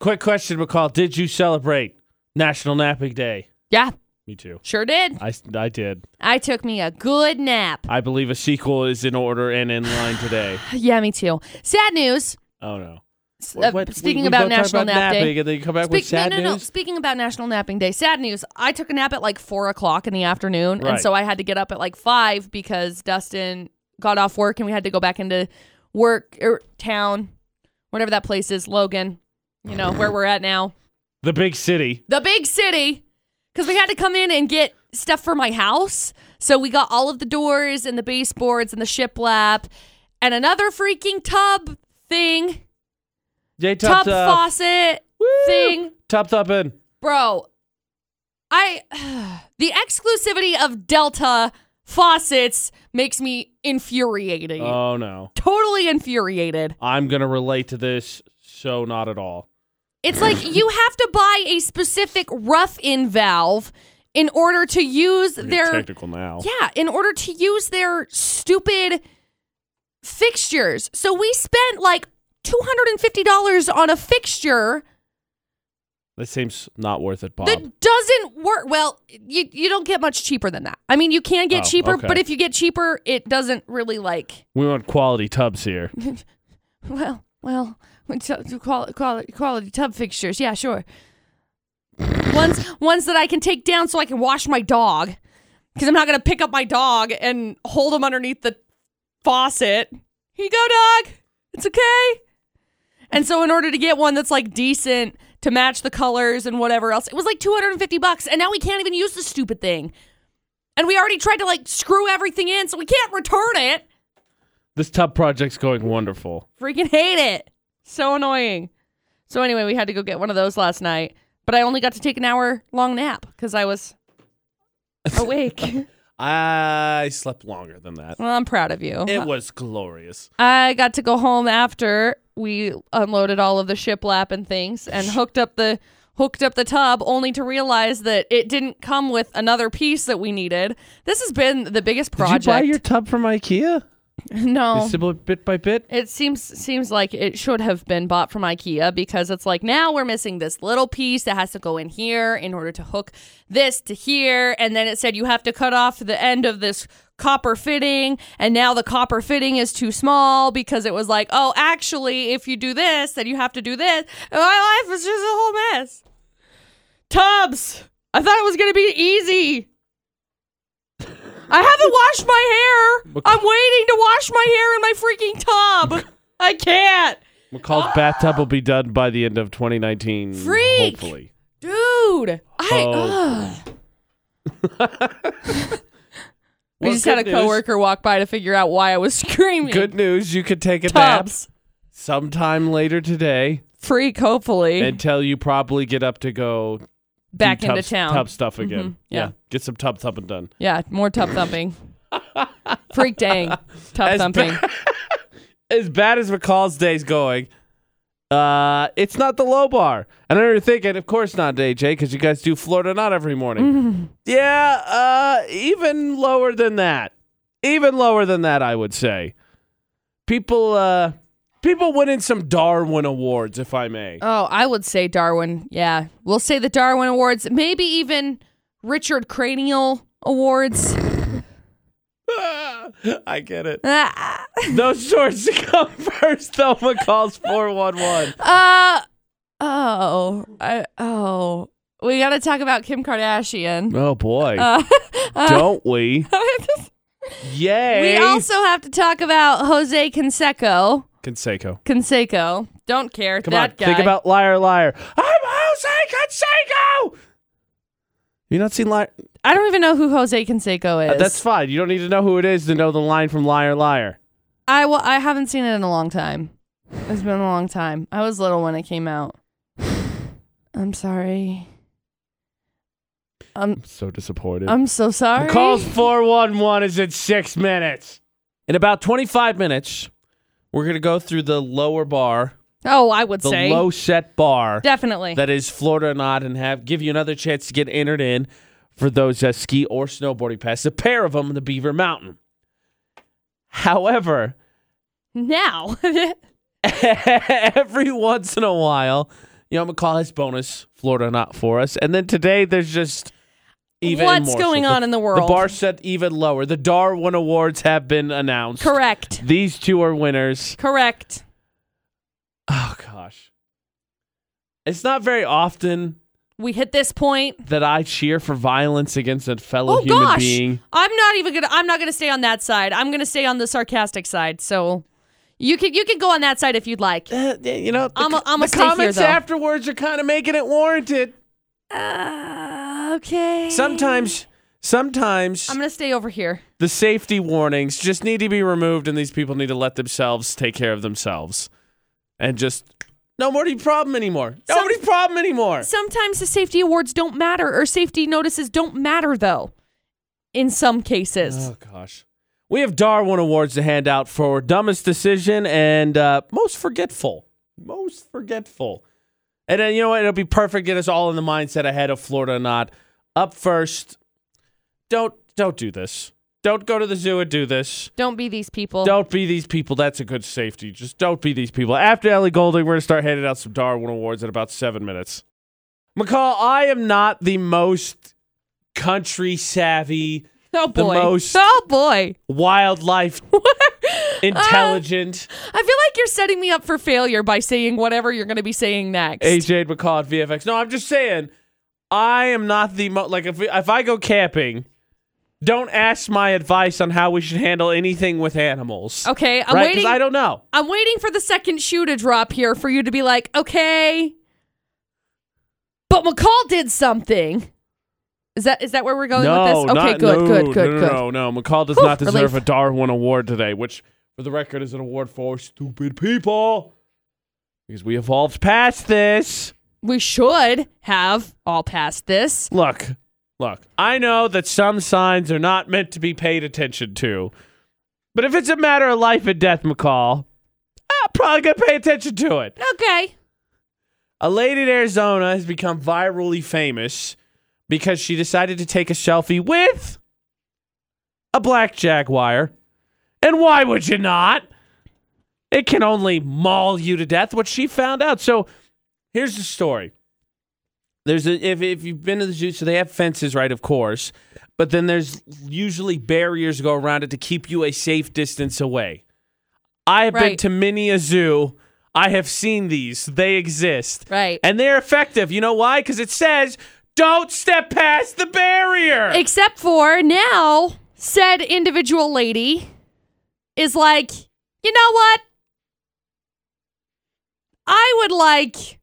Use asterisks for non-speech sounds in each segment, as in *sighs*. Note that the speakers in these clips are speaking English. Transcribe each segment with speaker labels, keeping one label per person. Speaker 1: Quick question, McCall. Did you celebrate National Napping Day?
Speaker 2: Yeah,
Speaker 1: Me too.
Speaker 2: sure did.
Speaker 1: I, I did.
Speaker 2: I took me a good nap. *sighs*
Speaker 1: I believe a sequel is in order and in line today.
Speaker 2: Yeah, me too. Sad news.
Speaker 1: Oh no.
Speaker 2: S-
Speaker 1: What-
Speaker 2: uh,
Speaker 1: what? We-
Speaker 2: speaking
Speaker 1: we
Speaker 2: about
Speaker 1: both talked
Speaker 2: National
Speaker 1: about
Speaker 2: Nap
Speaker 1: napping
Speaker 2: Day.
Speaker 1: and then you come back with
Speaker 2: Speak- no,
Speaker 1: sad
Speaker 2: no, no.
Speaker 1: news?
Speaker 2: Speaking about National Napping Day, sad news. I took a nap at like four o'clock in the afternoon,
Speaker 1: Right.
Speaker 2: and so I had to get up at like five because Dustin got off work and we had to go back into work or town, whatever that place is, Logan. You know where we're at now,
Speaker 1: The big city.
Speaker 2: the big city, because we had to come in and get stuff for my house. So we got all of the doors and the baseboards and the shiplap and another freaking tub thing,
Speaker 1: J top
Speaker 2: tub
Speaker 1: top.
Speaker 2: faucet thing.
Speaker 1: Top top in.
Speaker 2: Bro, I *sighs* the exclusivity of Delta faucets makes me infuriating.
Speaker 1: Oh no.
Speaker 2: totally infuriated.
Speaker 1: I'm gonna relate to this so not at all.
Speaker 2: It's *laughs* like you have to buy a specific rough in valve in order to use
Speaker 1: We're
Speaker 2: their
Speaker 1: technical now.
Speaker 2: Yeah, in order to use their stupid fixtures. So we spent like $250 on a fixture
Speaker 1: That seems not worth it, Bob.
Speaker 2: That doesn't work. Well, you you don't get much cheaper than that. I mean, you can get
Speaker 1: Oh,
Speaker 2: cheaper,
Speaker 1: okay.
Speaker 2: but if you get cheaper, it doesn't really like.
Speaker 1: we want quality tubs
Speaker 2: *laughs*
Speaker 1: here.
Speaker 2: Well, well, quality quality, quality tub fixtures. Yeah, sure. ones ones that I can take down so I can wash my dog, because I'm not gonna pick up my dog and hold him underneath the faucet. Here you go, dog. It's okay. And so, in order to get one that's like decent to match the colors and whatever else, it was like 250 bucks. And now we can't even use the stupid thing. And we already tried to like screw everything in, so we can't return it.
Speaker 1: This tub project's going wonderful.
Speaker 2: Freaking hate it. So annoying. So, anyway, we had to go get one of those last night, but I only got to take an hour long nap because
Speaker 1: *laughs*
Speaker 2: I was awake. well,
Speaker 1: I slept longer than that.
Speaker 2: I'm proud of you.
Speaker 1: It was glorious.
Speaker 2: I got to go home after we unloaded all of the shiplap and things and
Speaker 1: *laughs*
Speaker 2: hooked up the hooked up the tub only to realize that it didn't come with another piece that we needed. This has been the biggest project.
Speaker 1: Did you buy your tub from IKEA?
Speaker 2: *laughs* no.
Speaker 1: Simple bit by *gasps* bit.
Speaker 2: It seems seems like it should have been bought from IKEA because it's like now we're missing this little piece that has to go in here in order to hook this to here and then it said you have to cut off the end of this copper fitting and now the copper fitting is too small because it was like oh actually if you do this then you have to do this And my life was just a whole mess tubs I thought it was going to be easy I haven't washed my hair. I'm waiting to wash my hair in my freaking tub. I can't.
Speaker 1: McCall's bathtub will be done by the end of 2019.
Speaker 2: Freak!
Speaker 1: Hopefully.
Speaker 2: Dude, I
Speaker 1: Oh.
Speaker 2: ugh. *laughs* we just had a coworker walk by to figure out why I was *laughs* screaming.
Speaker 1: Good news, you could take a nap
Speaker 2: tubs.
Speaker 1: sometime later today
Speaker 2: Freak, hopefully.
Speaker 1: until you probably get up to go do
Speaker 2: Back into
Speaker 1: tub-
Speaker 2: town.
Speaker 1: Tub stuff again.
Speaker 2: yeah.
Speaker 1: Get some tub thumping done.
Speaker 2: Yeah, more
Speaker 1: *laughs*
Speaker 2: tub thumping. Freak dang. Tub
Speaker 1: As
Speaker 2: thumping.
Speaker 1: *laughs* As bad as McCall's day's going, uh, it's not the low bar. And I know you're thinking, of course not, AJ, because you guys do Florida not every morning. *laughs* Yeah, uh, even lower than that. Even lower than that, I would say. People, uh, people winning some Darwin awards, if I may. *laughs*
Speaker 2: oh, I would say Darwin. Yeah. We'll say the Darwin Awards, maybe even Richard Cranial Awards.
Speaker 1: I get *laughs* it.
Speaker 2: Ah.
Speaker 1: Those shorts *laughs* to come first, though. McCall's four one one.
Speaker 2: Uh oh, I, oh, we got to talk about Kim Kardashian.
Speaker 1: Oh boy, *laughs*
Speaker 2: Uh,
Speaker 1: don't we?
Speaker 2: *laughs*
Speaker 1: Yay!
Speaker 2: we also have to talk about Jose Canseco.
Speaker 1: Conseco.
Speaker 2: Canseco, don't care
Speaker 1: Come
Speaker 2: that
Speaker 1: on,
Speaker 2: guy.
Speaker 1: think about liar, liar. I'm Jose Canseco. You not seen liar?
Speaker 2: I don't even know who Jose Canseco is.
Speaker 1: Uh, that's fine. You don't need to know who it is to know the line from Liar, Liar.
Speaker 2: I will. I haven't seen it in a long time. It's been a long time. I was little when it came out. *sighs* I'm sorry. I'm
Speaker 1: I'm so disappointed.
Speaker 2: I'm so sorry.
Speaker 1: Calls 411 is in six minutes. In about 25 minutes, we're going to go through the lower bar,
Speaker 2: Oh, I would
Speaker 1: the
Speaker 2: say
Speaker 1: low set bar.
Speaker 2: definitely.
Speaker 1: that is Florida or not, and have give you another chance to get entered in for those uh, ski or snowboarding passes. A pair of them in the Beaver Mountain. However,
Speaker 2: now. *laughs*
Speaker 1: *laughs* every once in a while, You know, I'm gonna call his bonus Florida not for us. And then today there's just even
Speaker 2: What's
Speaker 1: more. So
Speaker 2: going on in the world?
Speaker 1: The bar set even lower. The Darwin Awards have been announced.
Speaker 2: Correct.
Speaker 1: These two are winners.
Speaker 2: Correct.
Speaker 1: Oh gosh. It's not very often
Speaker 2: We hit this point.
Speaker 1: that I cheer for violence against a fellow
Speaker 2: Oh
Speaker 1: human
Speaker 2: gosh.
Speaker 1: being.
Speaker 2: I'm not even gonna I'm not gonna stay on that side. I'm gonna stay on the sarcastic side. So you can you can go on that side if you'd like.
Speaker 1: Uh, yeah, you know, the,
Speaker 2: I'ma-
Speaker 1: co-
Speaker 2: I'ma
Speaker 1: the
Speaker 2: stay here,
Speaker 1: comments
Speaker 2: though.
Speaker 1: afterwards are kind of making it warranted.
Speaker 2: Uh, okay.
Speaker 1: Sometimes, sometimes
Speaker 2: I'm gonna stay over here.
Speaker 1: the safety warnings just need to be removed, and these people need to let themselves take care of themselves, and just no more problem anymore. No
Speaker 2: Some-
Speaker 1: more problem anymore.
Speaker 2: Sometimes the safety awards don't matter or safety notices don't matter though. In some cases.
Speaker 1: Oh gosh, we have Darwin Awards to hand out for dumbest decision and uh, most forgetful, most forgetful. And then you know what? It'll be perfect. Get us all in the mindset ahead of Florida or not. Up first, don't don't do this. Don't go to the zoo and do this.
Speaker 2: don't be these people.
Speaker 1: Don't be these people. That's a good safety. Just don't be these people. After Ellie Golding, we're gonna start handing out some Darwin Awards in about seven minutes. McCall, I am not the most country savvy
Speaker 2: oh
Speaker 1: the
Speaker 2: boy.
Speaker 1: most-
Speaker 2: oh boy. *laughs*
Speaker 1: wildlife *laughs* intelligent
Speaker 2: I feel like you're setting me up for failure by saying whatever you're gonna be saying next.
Speaker 1: AJ McCall at VFX. No, I'm just saying, I am not the mo- like if if I go camping, don't ask my advice on how we should handle anything with animals.
Speaker 2: okay, I'm
Speaker 1: right? 'Cause
Speaker 2: waiting.
Speaker 1: I don't know.
Speaker 2: I'm waiting for the second shoe to drop here for you to be like, okay, but McCall did something. Is that is that where we're going
Speaker 1: no,
Speaker 2: with this? Okay,
Speaker 1: not-
Speaker 2: good,
Speaker 1: no,
Speaker 2: good, good,
Speaker 1: no,
Speaker 2: good.
Speaker 1: No, no, no. McCall does
Speaker 2: Whew,
Speaker 1: not deserve
Speaker 2: relief.
Speaker 1: a Darwin Award today, which, for the record, is an award for stupid people because we evolved past this.
Speaker 2: We should have all passed this.
Speaker 1: Look, look, I know that some signs are not meant to be paid attention to, but if it's a matter of life and death, McCall, I'm probably going to pay attention to it.
Speaker 2: Okay.
Speaker 1: A lady in Arizona has become virally famous because she decided to take a selfie with a black jaguar. And why would you not? It can only maul you to death, what she found out. So here's the story. There's a, if, if you've been to the zoo, so they have fences, right? Of course. But then there's usually barriers to go around it to keep you a safe distance away. I have been
Speaker 2: Right.
Speaker 1: to many a zoo. I have seen these. They exist.
Speaker 2: Right.
Speaker 1: And they're effective. You know why? Because it says, don't step past the barrier.
Speaker 2: Except for now, said individual lady is like, you know what? I would like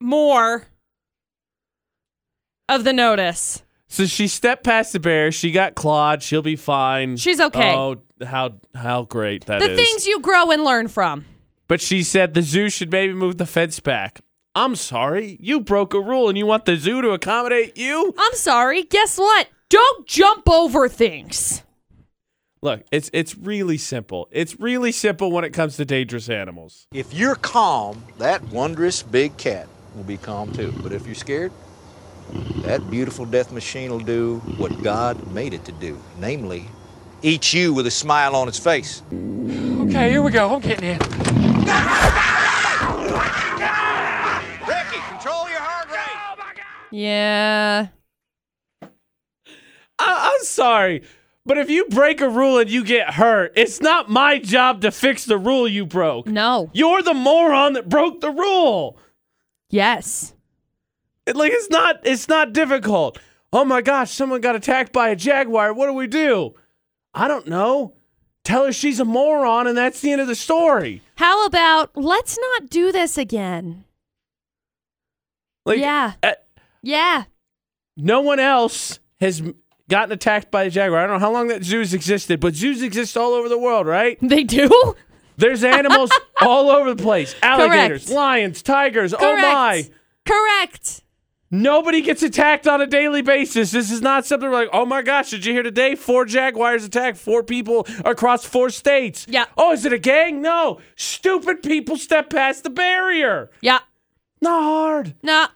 Speaker 2: more of the notice.
Speaker 1: so she stepped past the barrier. She got clawed. She'll be fine.
Speaker 2: She's okay.
Speaker 1: Oh, how how great that is!
Speaker 2: the things you grow and learn from.
Speaker 1: But she said the zoo should maybe move the fence back. I'm sorry. You broke a rule and you want the zoo to accommodate you?
Speaker 2: I'm sorry. Guess what? Don't jump over things.
Speaker 1: Look, it's it's really simple. It's really simple when it comes to dangerous animals.
Speaker 3: If you're calm, that wondrous big cat will be calm too. But if you're scared, that beautiful death machine will do what God made it to do, namely, eat you with a smile on its face.
Speaker 4: Okay, here we go. I'm getting in.
Speaker 3: Ricky, control your heart rate.
Speaker 2: Yeah.
Speaker 1: I- I'm sorry, but if you break a rule and you get hurt, it's not my job to fix the rule you broke.
Speaker 2: No.
Speaker 1: You're the moron that broke the rule.
Speaker 2: Yes.
Speaker 1: It- like it's not it's not difficult. Oh my gosh, someone got attacked by a jaguar. What do we do? I don't know. Tell her she's a moron and that's the end of the story.
Speaker 2: How about let's not do this again?
Speaker 1: Like
Speaker 2: yeah.
Speaker 1: uh,
Speaker 2: Yeah.
Speaker 1: no one else has m- gotten attacked by a jaguar. I don't know how long that zoo's existed, but zoos exist all over the world, right?
Speaker 2: They do?
Speaker 1: There's
Speaker 2: *laughs*
Speaker 1: animals all over the place. Alligators,
Speaker 2: Correct.
Speaker 1: lions, tigers.
Speaker 2: Correct.
Speaker 1: Oh my.
Speaker 2: Correct.
Speaker 1: Nobody gets attacked on a daily basis. This is not something like, oh my gosh, did you hear today? Four Jaguars attacked four people across four states.
Speaker 2: Yeah.
Speaker 1: Oh, is it a gang? No. Stupid people step past the barrier.
Speaker 2: Yeah.
Speaker 1: Not hard.
Speaker 2: Nah.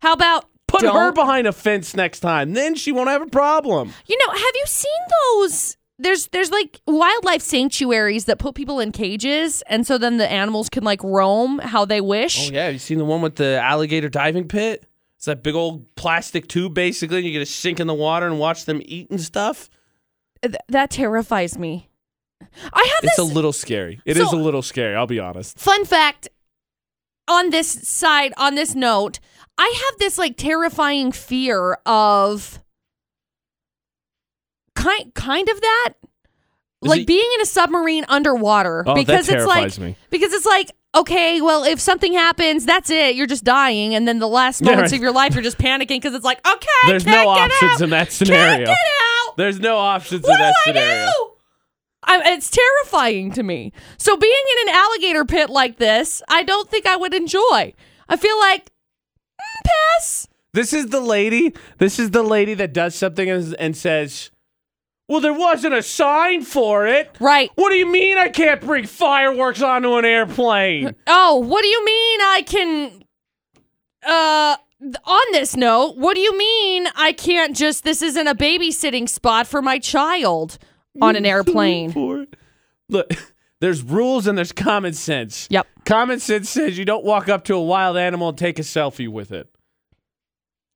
Speaker 2: How about
Speaker 1: Put
Speaker 2: don't-
Speaker 1: her behind a fence next time. Then she won't have a problem.
Speaker 2: You know, have you seen those there's there's like wildlife sanctuaries that put people in cages, and so then the animals can like roam how they
Speaker 1: Oh
Speaker 2: wish.
Speaker 1: yeah, have you seen the one with the alligator diving pit? It's that big old plastic tube, basically. and You get to sink in the water and watch them eat and stuff.
Speaker 2: Th- that terrifies me. I have
Speaker 1: It's
Speaker 2: this
Speaker 1: a little scary. It is
Speaker 2: So-
Speaker 1: a little scary. I'll be honest.
Speaker 2: fun fact on this side on this note i have this like terrifying fear of kind kind of that
Speaker 1: Is
Speaker 2: like
Speaker 1: it-
Speaker 2: being in a submarine underwater
Speaker 1: Oh, that
Speaker 2: because it's like
Speaker 1: terrifies me.
Speaker 2: because it's like okay well if something happens that's it you're just dying and then the last
Speaker 1: Yeah,
Speaker 2: moments
Speaker 1: right.
Speaker 2: of your life you're just panicking because it's like okay
Speaker 1: There's
Speaker 2: can't
Speaker 1: no
Speaker 2: get
Speaker 1: options
Speaker 2: out,
Speaker 1: in that
Speaker 2: can't
Speaker 1: scenario.
Speaker 2: get out
Speaker 1: There's no options
Speaker 2: what
Speaker 1: in that
Speaker 2: do
Speaker 1: scenario.
Speaker 2: I do? I, it's terrifying to me. So being in an alligator pit like this, I don't think I would enjoy. I feel like mm, pass.
Speaker 1: This is the lady. This is the lady that does something and, and says, "Well, there wasn't a sign for it."
Speaker 2: Right.
Speaker 1: What do you mean I can't bring fireworks onto an airplane?
Speaker 2: Oh, what do you mean I can? Uh, th- on this note, what do you mean I can't just? This isn't a babysitting spot for my child on
Speaker 1: *laughs*
Speaker 2: an airplane.
Speaker 1: For it. Look, there's rules and there's common sense.
Speaker 2: Yep.
Speaker 1: Common sense says you don't walk up to a wild animal and take a selfie with it.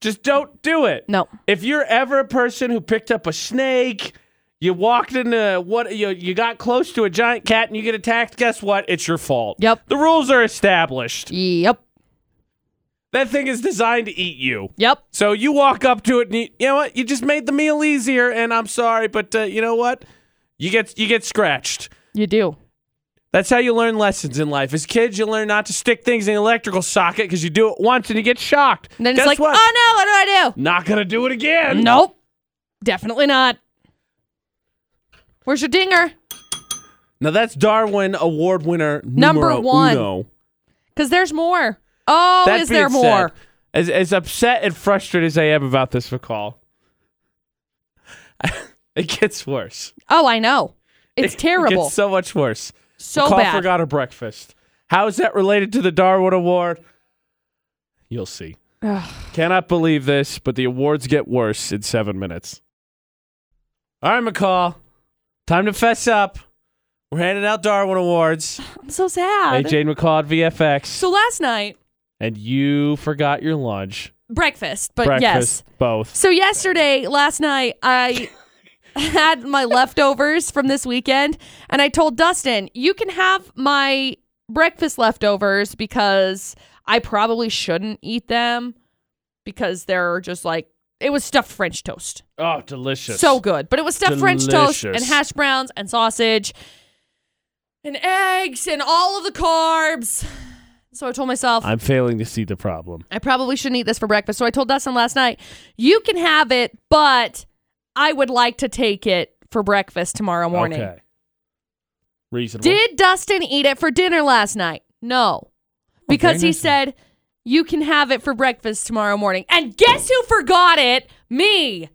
Speaker 1: Just don't do it.
Speaker 2: No.
Speaker 1: If you're ever a person who picked up a snake, you walked into what you you got close to a giant cat and you get attacked, guess what? It's your fault.
Speaker 2: Yep.
Speaker 1: The rules are established.
Speaker 2: Yep.
Speaker 1: That thing is designed to eat you.
Speaker 2: Yep.
Speaker 1: So you walk up to it and you, you know what? You just made the meal easier and I'm sorry, but uh, you know what? You get you get scratched.
Speaker 2: You do.
Speaker 1: That's how you learn lessons in life. As kids, you learn not to stick things in the electrical socket because you do it once and you get shocked.
Speaker 2: And then
Speaker 1: Guess
Speaker 2: it's like,
Speaker 1: what?
Speaker 2: oh no, what do I do?
Speaker 1: not gonna do it again.
Speaker 2: Nope. Definitely not. Where's your dinger?
Speaker 1: Now that's Darwin Award winner
Speaker 2: Number
Speaker 1: numero
Speaker 2: one.
Speaker 1: uno.
Speaker 2: Because there's more. Oh,
Speaker 1: That
Speaker 2: is there
Speaker 1: being said,
Speaker 2: more?
Speaker 1: as as upset and frustrated as I am about this recall, *laughs* it gets worse.
Speaker 2: Oh, I know. It's
Speaker 1: It
Speaker 2: terrible.
Speaker 1: gets so much worse.
Speaker 2: so
Speaker 1: McCall
Speaker 2: bad.
Speaker 1: forgot her breakfast. How is that related to the Darwin Award? You'll see. Cannot believe this, but the awards get worse in seven minutes. All right, McCall. Time to fess up. We're handing out Darwin Awards.
Speaker 2: I'm so sad.
Speaker 1: AJ and McCall at VFX.
Speaker 2: So last night,
Speaker 1: and you forgot your lunch.
Speaker 2: breakfast, but yes.
Speaker 1: breakfast. Both.
Speaker 2: So yesterday, last night, I *laughs* had my leftovers from this weekend, and I told Dustin, "You can have my breakfast leftovers because I probably shouldn't eat them because they're just like it was stuffed French toast,
Speaker 1: Oh, delicious.
Speaker 2: so good, but it was stuffed French toast and
Speaker 1: Delicious.
Speaker 2: hash browns and sausage and eggs and all of the carbs." So I told myself,
Speaker 1: I'm failing to see the problem.
Speaker 2: I probably shouldn't eat this for breakfast. So I told Dustin last night, you can have it, but I would like to take it for breakfast tomorrow morning.
Speaker 1: Okay. Reasonable.
Speaker 2: Did Dustin eat it for dinner last night? No. Because he
Speaker 1: nice.
Speaker 2: said, you can have it for breakfast tomorrow morning. And guess who forgot it? Me.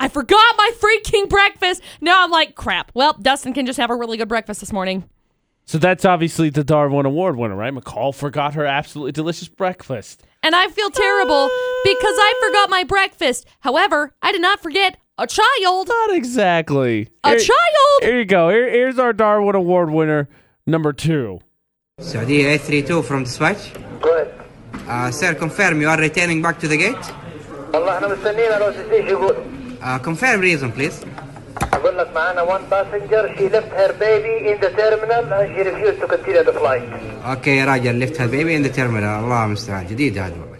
Speaker 2: I forgot my freaking breakfast. Now I'm like, crap. Well, Dustin can just have a really good breakfast this morning.
Speaker 1: So that's obviously the Darwin Award winner, right? McCall forgot her absolutely delicious breakfast.
Speaker 2: And I feel terrible because I forgot my breakfast. However, I did not forget a child.
Speaker 1: Not exactly.
Speaker 2: A
Speaker 1: Here-
Speaker 2: child?
Speaker 1: Here you go. Here- here's our Darwin Award winner, number two.
Speaker 5: Saudi A32 from the switch.
Speaker 6: Good.
Speaker 5: Uh, sir, confirm you are returning back to the gate.
Speaker 6: والله احنا مستنيين لو ايش يقول
Speaker 5: Uh, confirm reason, please.
Speaker 6: اقول لك معانا one passenger she left her baby in the terminal and she refused to continue the flight
Speaker 5: اوكي يا راجل لفت هالبيبي ان ذا تيرمينال الله المستعان جديد هذا والله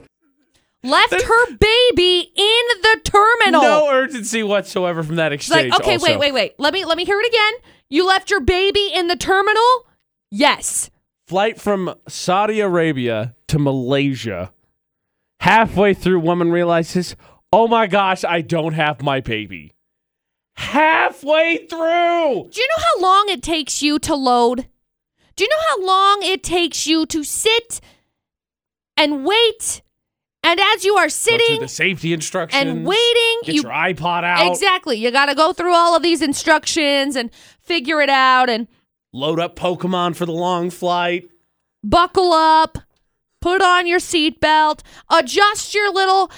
Speaker 2: left her baby in the terminal.
Speaker 1: No urgency whatsoever from that
Speaker 2: it's like,
Speaker 1: exchange.
Speaker 2: okay,
Speaker 1: also.
Speaker 2: wait, wait, wait. Let me let me hear it again. You left your baby in the terminal? Yes.
Speaker 1: flight from Saudi Arabia to Malaysia. Halfway through, woman realizes, oh my gosh, I don't have my baby. Halfway through.
Speaker 2: Do you know how long it takes you to load? Do you know how long it takes you to sit and wait? And as you are
Speaker 1: Go through
Speaker 2: sitting
Speaker 1: the safety instructions
Speaker 2: and waiting,
Speaker 1: Get
Speaker 2: you
Speaker 1: your iPod out.
Speaker 2: exactly you got to go through all of these instructions and figure it out and
Speaker 1: Load up Pokemon for the long flight.
Speaker 2: buckle up, put on your seatbelt, adjust your little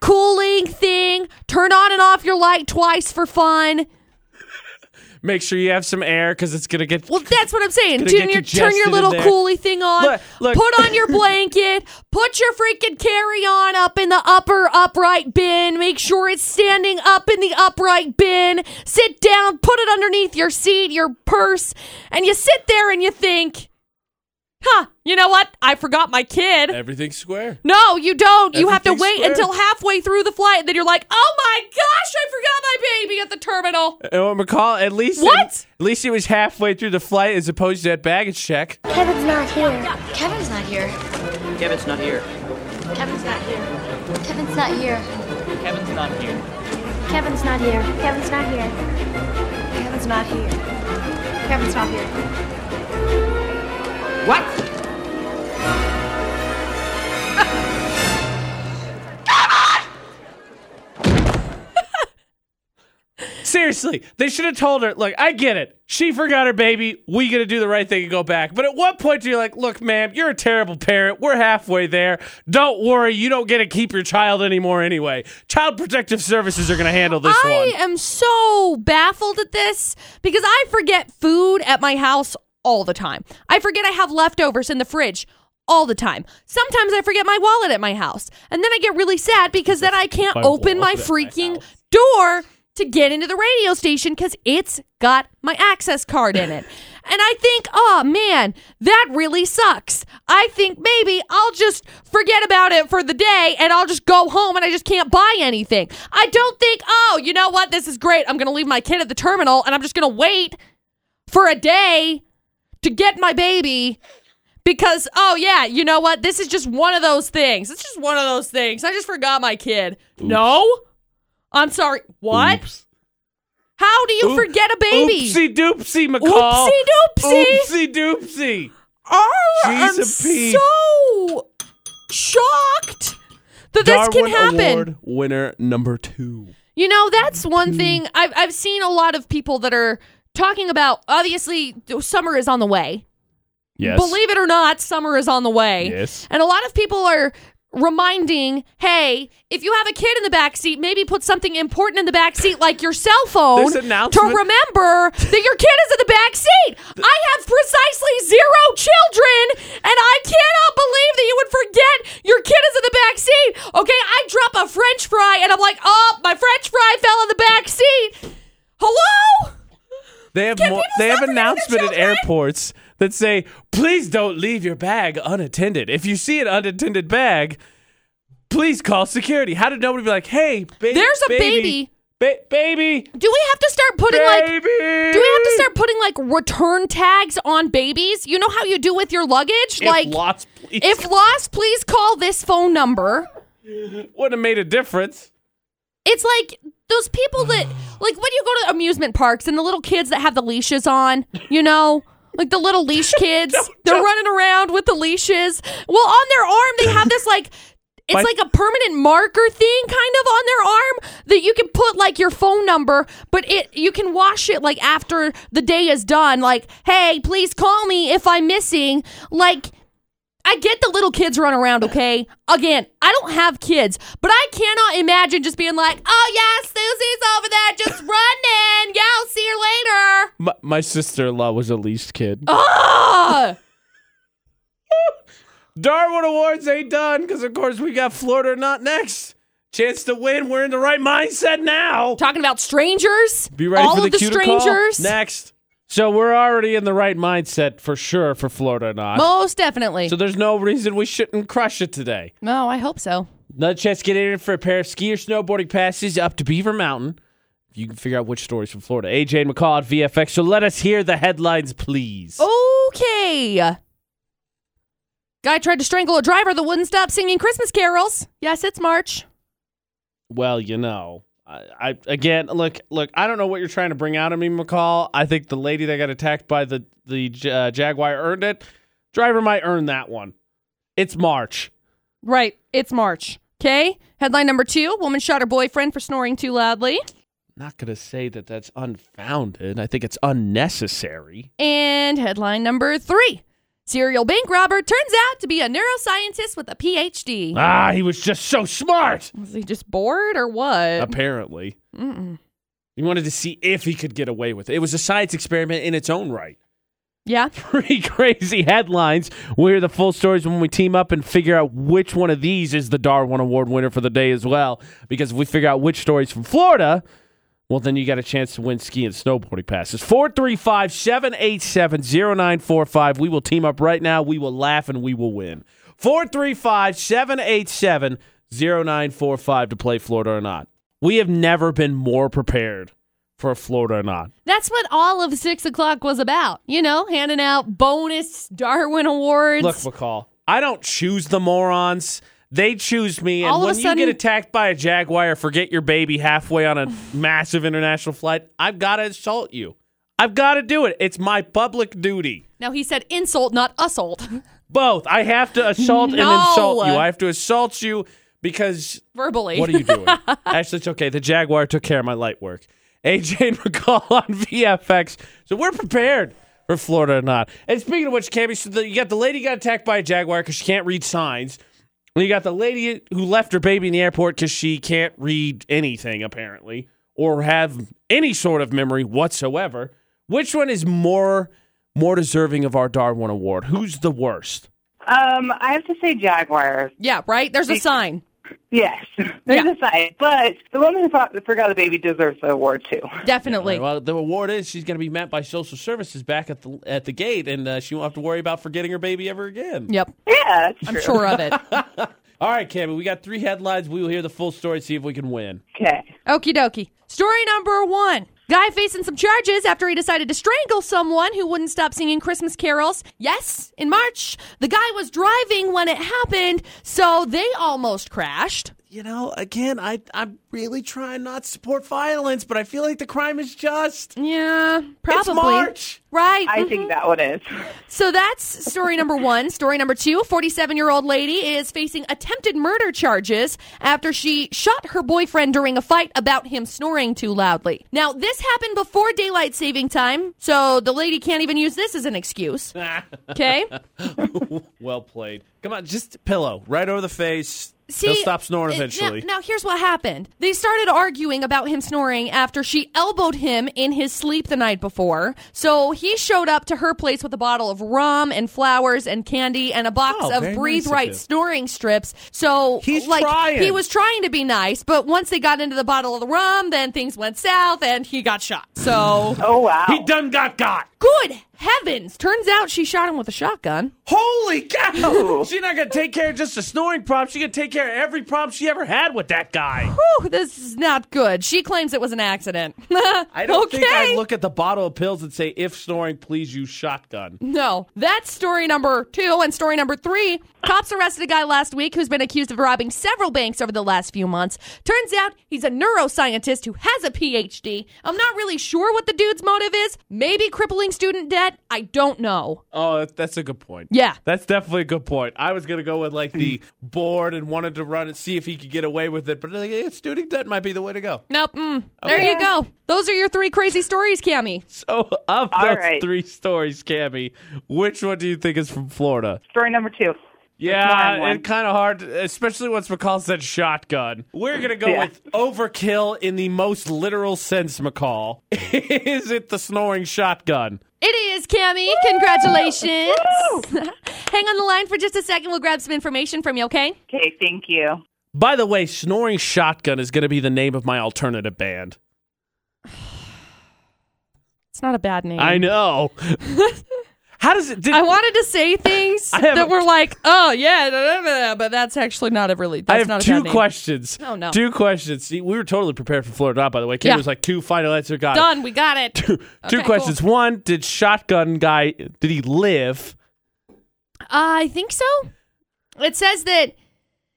Speaker 2: cooling thing, turn on and off your light twice for fun.
Speaker 1: Make sure you have some air because it's gonna get.
Speaker 2: Well, that's what I'm saying.
Speaker 1: Gonna
Speaker 2: Turn
Speaker 1: get
Speaker 2: your turn
Speaker 1: congested
Speaker 2: your
Speaker 1: in
Speaker 2: little
Speaker 1: there.
Speaker 2: coolie thing on.
Speaker 1: Look, look.
Speaker 2: Put on
Speaker 1: *laughs*
Speaker 2: your blanket. Put your freaking carry on up in the upper upright bin. Make sure it's standing up in the upright bin. Sit down. Put it underneath your seat, your purse, and you sit there and you think, "Huh? You know what? I forgot my kid."
Speaker 1: Everything's square.
Speaker 2: No, you don't. You have to
Speaker 1: Everything's square.
Speaker 2: wait until halfway through the flight, and then you're like, "Oh my gosh, I forgot my baby at the terminal."
Speaker 1: And what McCall, at least
Speaker 2: What?
Speaker 1: At, least he was halfway through the flight as opposed to that baggage check.
Speaker 7: Kevin's not here.
Speaker 8: Kevin's not here.
Speaker 9: Kevin's not here.
Speaker 8: Kevin's not here.
Speaker 7: Kevin's not here.
Speaker 9: Kevin's not here.
Speaker 7: Kevin's not here. Kevin's not here. Kevin's not here. Kevin's not here.
Speaker 1: Seriously, they should have told her. Look, I get it. She forgot her baby. We gonna do the right thing and go back. But at what point do you like, look, ma'am, you're a terrible parent. We're halfway there. Don't worry, you don't get to keep your child anymore anyway. Child Protective Services are gonna handle this
Speaker 2: I
Speaker 1: one.
Speaker 2: am so baffled at this because I forget food at my house all the time. I forget I have leftovers in the fridge all the time. Sometimes I forget my wallet at my house. And then I get really sad because then I can't
Speaker 1: My
Speaker 2: open my
Speaker 1: wallet at my
Speaker 2: freaking door to get into the radio station because it's got my access card in it. And I think, oh man, that really sucks. I think maybe I'll just forget about it for the day and I'll just go home and I just can't buy anything. I don't think, oh, you know what? This is great. I'm going to leave my kid at the terminal and I'm just going to wait for a day to get my baby because, oh, yeah, you know what? This is just one of those things. It's just one of those things. I just forgot my kid. No? I'm sorry. What?
Speaker 1: Oops.
Speaker 2: How do you
Speaker 1: Oop-
Speaker 2: forget a baby?
Speaker 1: Oopsie doopsie, McCall.
Speaker 2: Oopsie doopsie.
Speaker 1: Oopsie doopsie.
Speaker 2: Oh,
Speaker 1: Jeez
Speaker 2: I'm
Speaker 1: a pea.
Speaker 2: so shocked that this
Speaker 1: Darwin
Speaker 2: can happen.
Speaker 1: Award Hmm. winner number two.
Speaker 2: You know, that's one thing I've I've seen a lot of people that are talking about. Obviously, summer is on the way.
Speaker 1: Yes.
Speaker 2: Believe it or not, summer is on the way.
Speaker 1: Yes.
Speaker 2: And a lot of people are reminding, hey, if you have a kid in the back seat, maybe put something important in the back seat like your cell phone
Speaker 1: This
Speaker 2: to
Speaker 1: announcement-
Speaker 2: remember that your kid is in the back seat. I have precisely zero children and I cannot believe that you would forget your kid is in the back seat. Okay, I drop a french fry and I'm like, "Oh, my french fry fell in the back seat." Hello?
Speaker 1: They have
Speaker 2: Can
Speaker 1: more,
Speaker 2: people
Speaker 1: they
Speaker 2: stop
Speaker 1: have
Speaker 2: forgetting their
Speaker 1: announcement at
Speaker 2: children?
Speaker 1: airports that say, "Please don't leave your bag unattended. If you see an unattended bag, please call security." How did nobody be like, "Hey, ba-
Speaker 2: There's a
Speaker 1: baby, ba- baby,
Speaker 2: Do we have to start putting like
Speaker 1: baby"?
Speaker 2: Do we have to start putting like return tags on babies? You know how you do with your luggage? like
Speaker 1: if lost, please.
Speaker 2: if lost, please call this phone number.
Speaker 1: Wouldn't have made a difference.
Speaker 2: It's like those people that like when you go to amusement parks and the little kids that have the leashes on, you know? Like the little leash kids. they're running around with the leashes. Well, on their arm they have this like it's
Speaker 1: My-
Speaker 2: like a permanent marker thing kind of on their arm that you can put like your phone number, but it you can wash it like after the day is done, like, hey, please call me if I'm missing. Like I get the little kids run around, okay? Again, I don't have kids, but I cannot imagine just being like, oh, yeah, Susie's over there
Speaker 1: *laughs*
Speaker 2: just running. Yeah, I'll see you later.
Speaker 1: My, my sister-in-law was a least kid.
Speaker 2: Ah!
Speaker 1: Darwin Awards ain't done because, of course, we got Florida or not next. Chance to win. We're in the right mindset now.
Speaker 2: Talking about strangers.
Speaker 1: Be ready
Speaker 2: All
Speaker 1: for
Speaker 2: of
Speaker 1: the,
Speaker 2: the
Speaker 1: cue to call.
Speaker 2: strangers.
Speaker 1: Next. So we're already in the right mindset for sure for Florida or not.
Speaker 2: Most definitely.
Speaker 1: so there's no reason we shouldn't crush it today.
Speaker 2: no, I hope so.
Speaker 1: Another chance to get in for a pair of ski or snowboarding passes up to Beaver Mountain. If you can figure out which stories from Florida. AJ and McCall at VFX. So let us hear the headlines, please.
Speaker 2: Oh. Okay. Guy tried to strangle a driver that wouldn't stop singing Christmas carols. Yes, it's March.
Speaker 1: Well, you know, I, I again look, look. I don't know what you're trying to bring out of me, McCall. I think the lady that got attacked by the the J- uh, Jaguar earned it. Driver might earn that one. It's March.
Speaker 2: Right, it's March. Okay. Headline number two Woman shot her boyfriend for snoring too loudly.
Speaker 1: Not gonna say that that's unfounded. I think it's unnecessary.
Speaker 2: And headline number three serial bank robber turns out to be a neuroscientist with a PhD.
Speaker 1: Ah, he was just so smart.
Speaker 2: Was he just bored or what?
Speaker 1: Apparently,
Speaker 2: Mm-mm.
Speaker 1: You wanted to see if he could get away with it. It was a science experiment in its own right.
Speaker 2: Yeah.
Speaker 1: Pretty *laughs* crazy headlines. We'll hear the full stories when we team up and figure out which one of these is the Darwin Award winner for the day as well. Because if we figure out which stories from Florida, well, then you got a chance to win ski and snowboarding passes. 435 787 0945. We will team up right now. We will laugh and we will win. 435 787 0945 to play Florida or not. We have never been more prepared for a Florida or not.
Speaker 2: That's what all of six o'clock was about. You know, handing out bonus Darwin awards.
Speaker 1: Look, McCall, I don't choose the morons. They choose me. And
Speaker 2: All of a
Speaker 1: when
Speaker 2: sudden-
Speaker 1: you get attacked by a jaguar, forget your baby halfway
Speaker 2: *sighs*
Speaker 1: on a massive international flight, I've got to assault you. I've got to do it. It's my public duty.
Speaker 2: now he said insult, not assault. *laughs*
Speaker 1: Both. I have to assault
Speaker 2: No.
Speaker 1: and insult you. I have to assault you because
Speaker 2: Verbally.
Speaker 1: what are you doing? Actually, it's okay. The Jaguar took care of my light work. AJ and *laughs* McCall on VFX. So we're prepared for Florida or not. And speaking of which, Cammy, so the, you got the lady got attacked by a Jaguar because she can't read signs. And you got the lady who left her baby in the airport because she can't read anything, apparently, or have any sort of memory whatsoever. Which one is more more deserving of our Darwin Award? Who's the worst?
Speaker 10: Um, I have to say Jaguar.
Speaker 2: yeah, right? There's a sign.
Speaker 10: Yes, *laughs* there's a side, but the woman who fought- who forgot the baby deserves the award too. *laughs*
Speaker 2: Definitely.
Speaker 1: All right, well, the award is she's going to be met by social services back at the at the gate, and uh, she won't have to worry about forgetting her baby ever again.
Speaker 2: Yep.
Speaker 10: Yeah, that's
Speaker 2: I'm
Speaker 10: true.
Speaker 2: sure of it.
Speaker 1: All right, Cammy, we got three headlines. We will hear the full story, see if we can win.
Speaker 10: Okay.
Speaker 2: Okie dokie. Story number one. Guy facing some charges after he decided to strangle someone who wouldn't stop singing Christmas carols. Yes, in March. The guy was driving when it happened, so they almost crashed.
Speaker 1: You know, again, I I'm really trying not to support violence, but I feel like the crime is just.
Speaker 2: Yeah, probably.
Speaker 1: March.
Speaker 2: Right.
Speaker 10: I
Speaker 2: mhm.
Speaker 10: think that one is.
Speaker 2: So that's story number one. Story number two 47 year old lady is facing attempted murder charges after she shot her boyfriend during a fight about him snoring too loudly. Now, this happened before daylight saving time, so the lady can't even use this as an excuse. Okay?
Speaker 1: *laughs* well played. Come on, just pillow right over the face. He'll stop snoring
Speaker 2: uh, now-
Speaker 1: eventually.
Speaker 2: Now, here's what happened. They started arguing about him snoring after she elbowed him in his sleep the night before. So he showed up to her place with a bottle of rum and flowers and candy and a box
Speaker 1: Oh, very
Speaker 2: of breathe
Speaker 1: nice of
Speaker 2: right
Speaker 1: him.
Speaker 2: snoring strips. So
Speaker 1: He's
Speaker 2: like
Speaker 1: trying.
Speaker 2: he was trying to be nice, but once they got into the bottle of the rum, then things went south and he got shot. So
Speaker 10: Oh wow.
Speaker 1: he done got got.
Speaker 2: good heavens! Turns out she shot him with a shotgun.
Speaker 1: Holy *laughs* cow! She's not gonna take care of just the snoring problem. She's gonna take care of every problem she ever had with that guy.
Speaker 2: Whew, this is not good. She claims it was an accident. *laughs*
Speaker 1: I don't
Speaker 2: okay.
Speaker 1: think I look at the bottle of pills and say, if snoring, please use shotgun.
Speaker 2: No, that's story number two. And story number three cops arrested a guy last week who's been accused of robbing several banks over the last few months. Turns out he's a neuroscientist who has a PhD. I'm not really sure what the dude's motive is. Maybe crippling student debt. I don't know.
Speaker 1: Oh, that- that's a good point.
Speaker 2: Yeah.
Speaker 1: That's definitely a good point. I was going to go with like the *laughs* board and wanted to run and see if he could get away with it, but like, eh, student debt might be the way to go.
Speaker 2: Nope. Mm. There you go. Those are your three crazy stories, Cammy.
Speaker 1: So, of
Speaker 10: All
Speaker 1: those
Speaker 10: right.
Speaker 1: three stories, Cammy, which one do you think is from Florida?
Speaker 10: Story number two. mine
Speaker 1: Yeah,
Speaker 10: one.
Speaker 1: and kind of hard, especially once McCall said shotgun. We're going to go
Speaker 10: Yeah.
Speaker 1: with overkill in the most literal sense, McCall. *laughs* is it the snoring shotgun?
Speaker 2: It is, Cammy. Congratulations. *laughs* Hang on the line for just a second. We'll grab some information from you, okay?
Speaker 10: Okay, thank you.
Speaker 1: By the way, Snoring Shotgun is going to be the name of my alternative band.
Speaker 2: It's not a bad name.
Speaker 1: I
Speaker 2: *laughs*
Speaker 1: know. How does it? Did,
Speaker 2: Mm. I wanted to say things
Speaker 1: I have-
Speaker 2: that were like, oh yeah, da, da, da, da, but that's actually not a really. That's
Speaker 1: I have
Speaker 2: not a
Speaker 1: two
Speaker 2: bad name.
Speaker 1: questions.
Speaker 2: Oh, no.
Speaker 1: Two questions. See, we were totally prepared for Florida. By the way, Kim
Speaker 2: Yeah.
Speaker 1: was like two final answer. Got *laughs* it.
Speaker 2: Done. We got it.
Speaker 1: Two, two
Speaker 2: cool.
Speaker 1: questions. One, did Shotgun guy? Did he live?
Speaker 2: Uh, I think so. It says that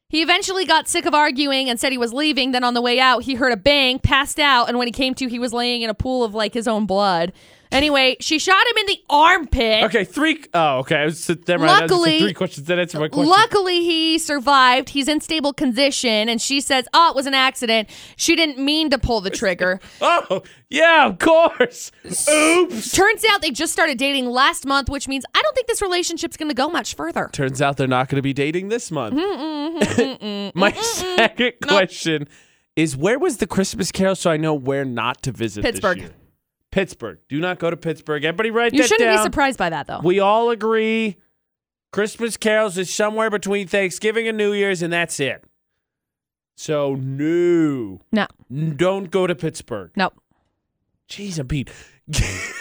Speaker 2: he eventually got sick of arguing and said he was leaving. Then on the way out, he heard a bang, passed out, and when he came to, he was laying in a pool of like his own blood. Anyway, she shot him in the armpit.
Speaker 1: Okay, three oh okay. I was never mind. I was just
Speaker 2: Luckily-
Speaker 1: three questions that answer my question.
Speaker 2: Luckily, he survived. He's in stable condition, and she says, "Oh, it was an accident. She didn't mean to pull the trigger."
Speaker 1: oh yeah, of course. Oops.
Speaker 2: Turns out they just started dating last month, which means I don't think this relationship's going to go much further.
Speaker 1: Turns *laughs*
Speaker 2: *laughs*
Speaker 1: out they're not going to be dating this month. My second question is where was the Christmas Carol so I know where not to visit this
Speaker 2: Pittsburgh.
Speaker 1: year? Pittsburgh. Do not go to Pittsburgh. Everybody write
Speaker 2: You
Speaker 1: that
Speaker 2: shouldn't be
Speaker 1: down.
Speaker 2: surprised by that, though.
Speaker 1: We all agree Christmas carols is somewhere between Thanksgiving and New Year's, and that's it. So, no.
Speaker 2: no,
Speaker 1: N- Don't go to Pittsburgh.
Speaker 2: no.
Speaker 1: Jeez, I'm beat. *laughs*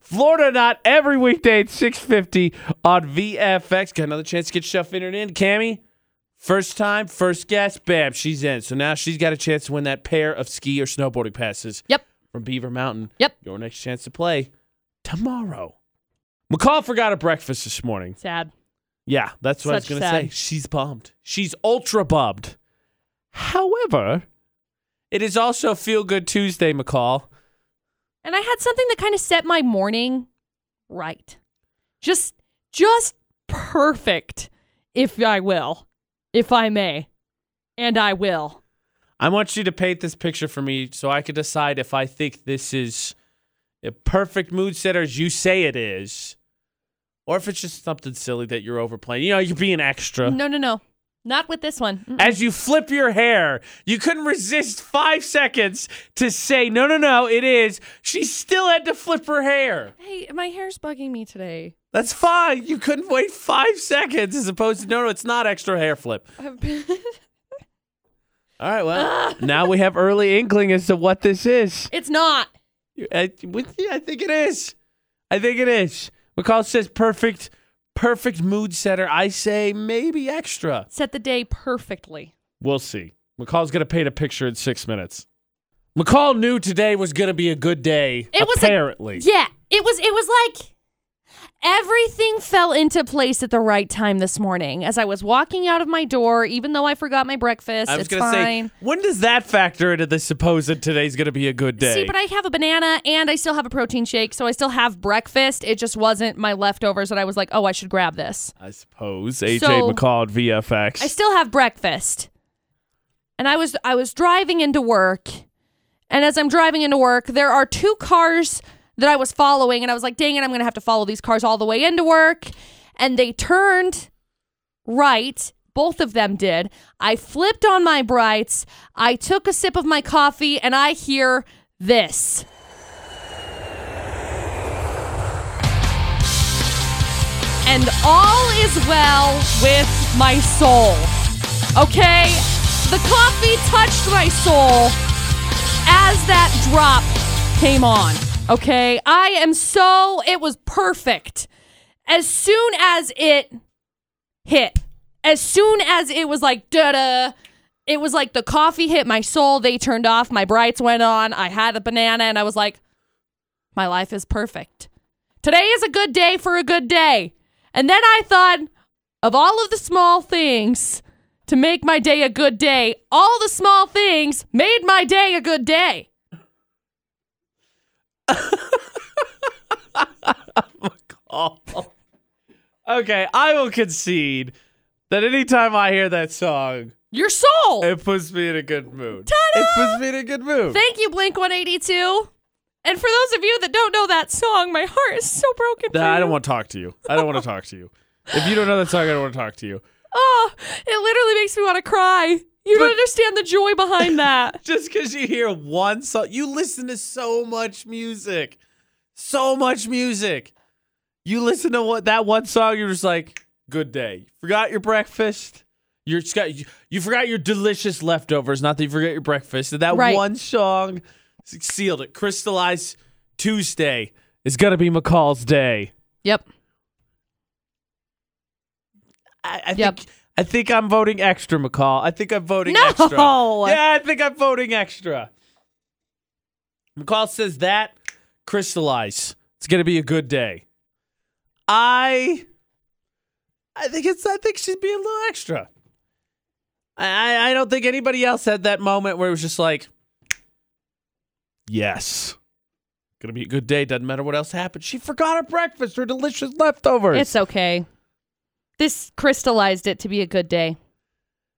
Speaker 1: Florida not every weekday at 650 on VFX. Got another chance to get stuff in and in. Cammy, first time, first guess, bam, she's in. So now she's got a chance to win that pair of ski or snowboarding passes
Speaker 2: Yep.
Speaker 1: from Beaver Mountain.
Speaker 2: Yep.
Speaker 1: Your next chance to play tomorrow. McCall forgot her breakfast this morning.
Speaker 2: Sad.
Speaker 1: Yeah, that's what I
Speaker 2: Such
Speaker 1: was going to say.
Speaker 2: sad.
Speaker 1: She's bummed. She's ultra bummed. However, it is also Feel Good Tuesday, McCall.
Speaker 2: And I had something that kind of set my morning right. Just, just perfect, if I will, if I may, and I will.
Speaker 1: I want you to paint this picture for me so I can decide if I think this is a perfect mood setter as you say it is, or if it's just something silly that you're overplaying. You know, you're being extra.
Speaker 2: No, no, no, not with this one. Mm-mm.
Speaker 1: As you flip your hair, you couldn't resist five seconds to say, no, no, no, it is. She still had to flip her hair.
Speaker 2: Hey, my hair's bugging me today.
Speaker 1: That's fine. You couldn't wait five seconds as opposed to, no, no, it's not extra hair flip.
Speaker 2: I've been-
Speaker 1: All right, well, now we have early inkling as to what this is.
Speaker 2: it's not.
Speaker 1: I, with, yeah, I think it is. I think it is. McCall says perfect, perfect mood setter. I say maybe extra.
Speaker 2: Set the day perfectly.
Speaker 1: We'll see. McCall's gonna paint a picture in six minutes. McCall knew today was gonna be a good day.
Speaker 2: It was a-
Speaker 1: apparently.
Speaker 2: Yeah, it was. It was like everything fell into place at the right time this morning. As I was walking out of my door, even though I forgot my breakfast,
Speaker 1: I was
Speaker 2: it's
Speaker 1: gonna
Speaker 2: fine.
Speaker 1: say, when does that factor into the supposed today's gonna be a good day?
Speaker 2: See, but I have a banana and I still have a protein shake, so I still have breakfast. It just wasn't my leftovers that I was like, oh, I should grab this.
Speaker 1: I suppose AJ
Speaker 2: So-
Speaker 1: McCall at VFX.
Speaker 2: I still have breakfast. And I was I was driving into work, and as I'm driving into work, there are two cars that I was following, and I was like, dang it, I'm gonna have to follow these cars all the way into work. And they turned right. Both of them did. I flipped on my brights. I took a sip of my coffee, and I hear this. and all is well with my soul. Okay? The coffee touched my soul as that drop came on. Okay? I am so, it was perfect. As soon as it hit, as soon as it was like, da da. It was like the coffee hit my soul. They turned off. My brights went on. I had a banana and I was like, my life is perfect. Today is a good day for a good day. And then I thought of all of the small things to make my day a good day. All the small things made my day a good day.
Speaker 1: McCall. okay, I will concede that anytime I hear that song,
Speaker 2: Your soul.
Speaker 1: It puts me in a good mood. It puts me in a good mood.
Speaker 2: Thank you, Blink 182. And for those of you that don't know that song, my heart is so broken. for
Speaker 1: Nah, I
Speaker 2: you.
Speaker 1: don't want to talk to you. I don't want to talk to you. If you don't know that song, I don't want to talk to you.
Speaker 2: Oh, it literally makes me want to cry. You don't
Speaker 1: But-
Speaker 2: understand the joy
Speaker 1: *laughs*
Speaker 2: behind that.
Speaker 1: Just because you hear one song, you listen to so much music, so much music. You listen to what that one song, you're just like, good day. Forgot your breakfast. You're just got, you, you forgot your delicious leftovers. Not that you forgot your breakfast. And that
Speaker 2: Right.
Speaker 1: one song sealed it. Crystallized Tuesday is gonna be McCall's day.
Speaker 2: Yep.
Speaker 1: I, I
Speaker 2: Yep.
Speaker 1: think I think I'm voting extra, McCall. I think I'm voting
Speaker 2: No! *laughs*
Speaker 1: extra. Yeah, I think I'm voting extra. McCall says that crystallize. It's gonna be a good day. I I think it's I think she's being a little extra. I I- I don't think anybody else had that moment where it was just like Yes. Gonna be a good day, doesn't matter what else happened. She forgot her breakfast, her delicious leftovers.
Speaker 2: It's okay. This crystallized it to be a good day.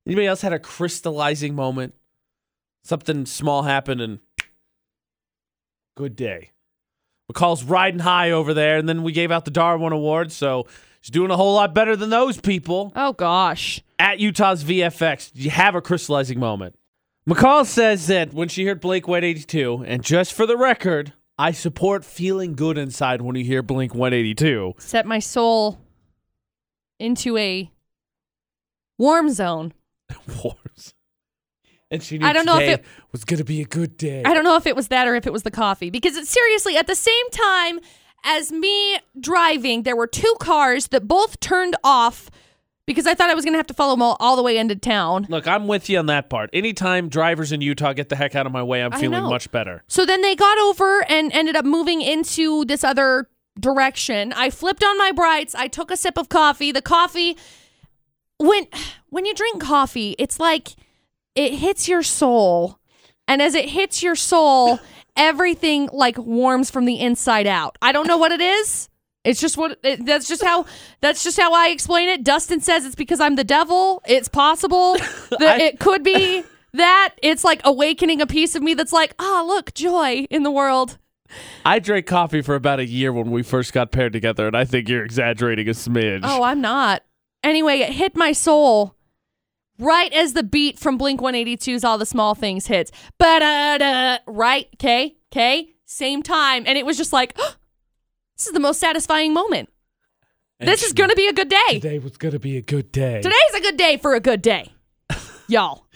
Speaker 1: Anybody else had a crystallizing moment? Something small happened and good day. McCall's riding high over there, and then we gave out the Darwin Award, so she's doing a whole lot better than those people
Speaker 2: Oh gosh.
Speaker 1: at Utah's VFX. You have a crystallizing moment. McCall says that when she heard Blake 182, and just for the record, I support feeling good inside when you hear Blink 182.
Speaker 2: Set my soul into a warm zone.
Speaker 1: Wars. And she knew
Speaker 2: I don't know if
Speaker 1: today
Speaker 2: it-
Speaker 1: was going to be a good day.
Speaker 2: I don't know if it was that or if it was the coffee because it's seriously at the same time as me driving, there were two cars that both turned off because I thought I was going to have to follow them all, all the way into town.
Speaker 1: Look, I'm with you on that part. Anytime drivers in Utah get the heck out of my way, I'm
Speaker 2: I
Speaker 1: feeling
Speaker 2: know.
Speaker 1: much better.
Speaker 2: So then they got over and ended up moving into this other direction. I flipped on my brights. I took a sip of coffee. The coffee when when you drink coffee, it's like it hits your soul. And as it hits your soul, everything like warms from the inside out. I don't know what it is. It's just what it, that's just how that's just how I explain it. Dustin says it's because I'm the devil.
Speaker 1: *laughs*
Speaker 2: It's possible that
Speaker 1: I-
Speaker 2: it could be that it's like awakening a piece of me that's like, ah, look, joy in the world.
Speaker 1: I drank coffee for about a year when we first got paired together, and I think you're exaggerating a smidge.
Speaker 2: Oh, I'm not. Anyway, it hit my soul right as the beat from Blink 182's All the Small Things hits. Ba-da-da, right? Okay, okay, same time. And it was just like, *gasps* this is the most satisfying moment.
Speaker 1: And
Speaker 2: this is going to be a good day.
Speaker 1: Today was going to be a good day.
Speaker 2: Today's a good day for a
Speaker 1: *laughs*
Speaker 2: good day. Y'all.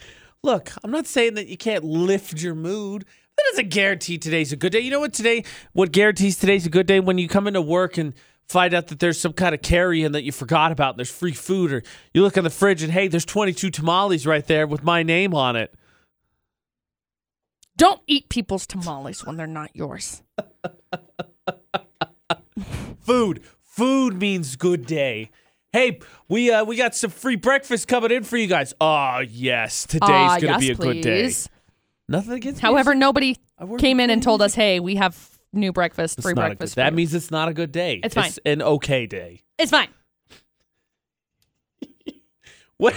Speaker 1: Look, I'm not saying that you can't lift your mood. That doesn't guarantee today's a good day. You know what today what guarantees today's a good day when you come into work and find out that there's some kind of carry-in that you forgot about and there's free food or you look in the fridge and hey, there's 22 tamales right there with my name on it.
Speaker 2: Don't eat people's tamales when they're not yours.
Speaker 1: Food, food means good day. Hey, we uh, we got some free breakfast coming in for you guys. Oh, yes, today's
Speaker 2: Ah,
Speaker 1: going to
Speaker 2: yes,
Speaker 1: be a good day.
Speaker 2: please.
Speaker 1: Nothing against
Speaker 2: However,
Speaker 1: music.
Speaker 2: nobody
Speaker 1: I work
Speaker 2: came
Speaker 1: with
Speaker 2: in and
Speaker 1: music.
Speaker 2: told us, hey, we have new breakfast,
Speaker 1: It's
Speaker 2: free
Speaker 1: not a good-
Speaker 2: breakfast.
Speaker 1: That
Speaker 2: food."
Speaker 1: means it's not a good day.
Speaker 2: It's fine.
Speaker 1: It's an okay day.
Speaker 2: it's fine.
Speaker 1: What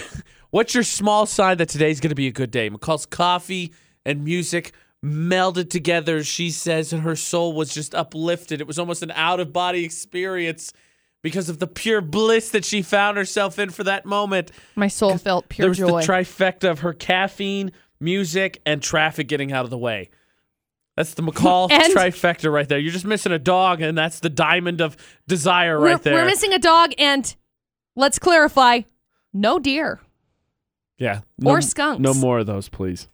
Speaker 1: what's your small sign that today's going to be a good day? McCall's coffee and music melded together. She says, and her soul was just uplifted. It was almost an out of body experience because of the pure bliss that she found herself in for that moment.
Speaker 2: My soul felt pure
Speaker 1: there was
Speaker 2: joy.
Speaker 1: the trifecta of her caffeine, music, and traffic getting out of the way. That's the McCall
Speaker 2: *laughs* And-
Speaker 1: trifecta right there. You're just missing a dog, and that's the diamond of desire
Speaker 2: we're,
Speaker 1: right there.
Speaker 2: we're missing a dog, and let's clarify no deer.
Speaker 1: Yeah.
Speaker 2: Or skunks.
Speaker 1: No more of those, please.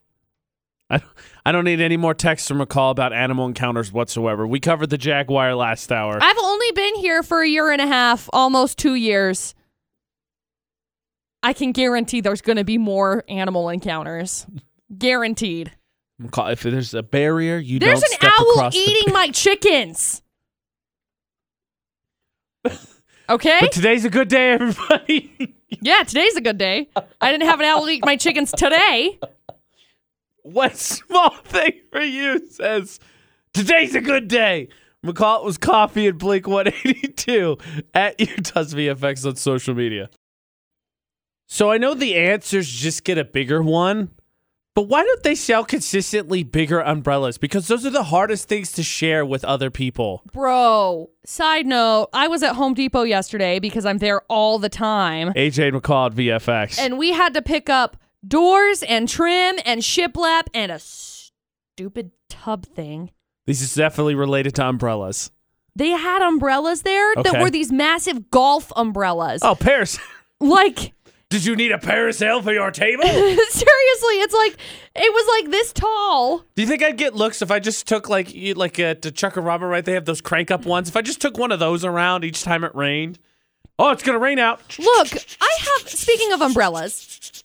Speaker 1: I I don't need any more texts from McCall about animal encounters whatsoever. We covered the jaguar last hour.
Speaker 2: I've only been here for a year and a half, almost two years. I can guarantee there's going to be more animal encounters. Guaranteed.
Speaker 1: McCall, if there's a barrier, you
Speaker 2: There's
Speaker 1: don't
Speaker 2: an
Speaker 1: step
Speaker 2: owl
Speaker 1: across the-
Speaker 2: eating my *laughs* chickens. Okay?
Speaker 1: But today's a good day, everybody. *laughs*
Speaker 2: yeah, today's a good day. I didn't have an owl eat my chickens today.
Speaker 1: what small thing for you says today's a good day. McCall it was coffee and Blink 182 at *laughs* Utah's VFX on social media. So I know the answers just get a bigger one, but why don't they sell consistently bigger umbrellas? Because those are the hardest things to share with other people.
Speaker 2: Bro, side note, I was at Home Depot yesterday because I'm there all the time.
Speaker 1: AJ and McCall at VFX.
Speaker 2: And we had to pick up doors and trim and shiplap and a stupid tub thing.
Speaker 1: These is definitely related to umbrellas.
Speaker 2: They had umbrellas there
Speaker 1: Okay.
Speaker 2: that were these massive golf umbrellas.
Speaker 1: Oh, Paris, *laughs*
Speaker 2: Like, *laughs*
Speaker 1: did you need a parasail for your table?
Speaker 2: seriously, it's like, it was like this tall.
Speaker 1: Do you think I'd get looks if I just took like you, like uh, to Chuck and Robin? Right, they have those crank up ones. If I just took one of those around each time it rained. Oh, it's gonna rain out.
Speaker 2: Look, I have. Speaking of umbrellas,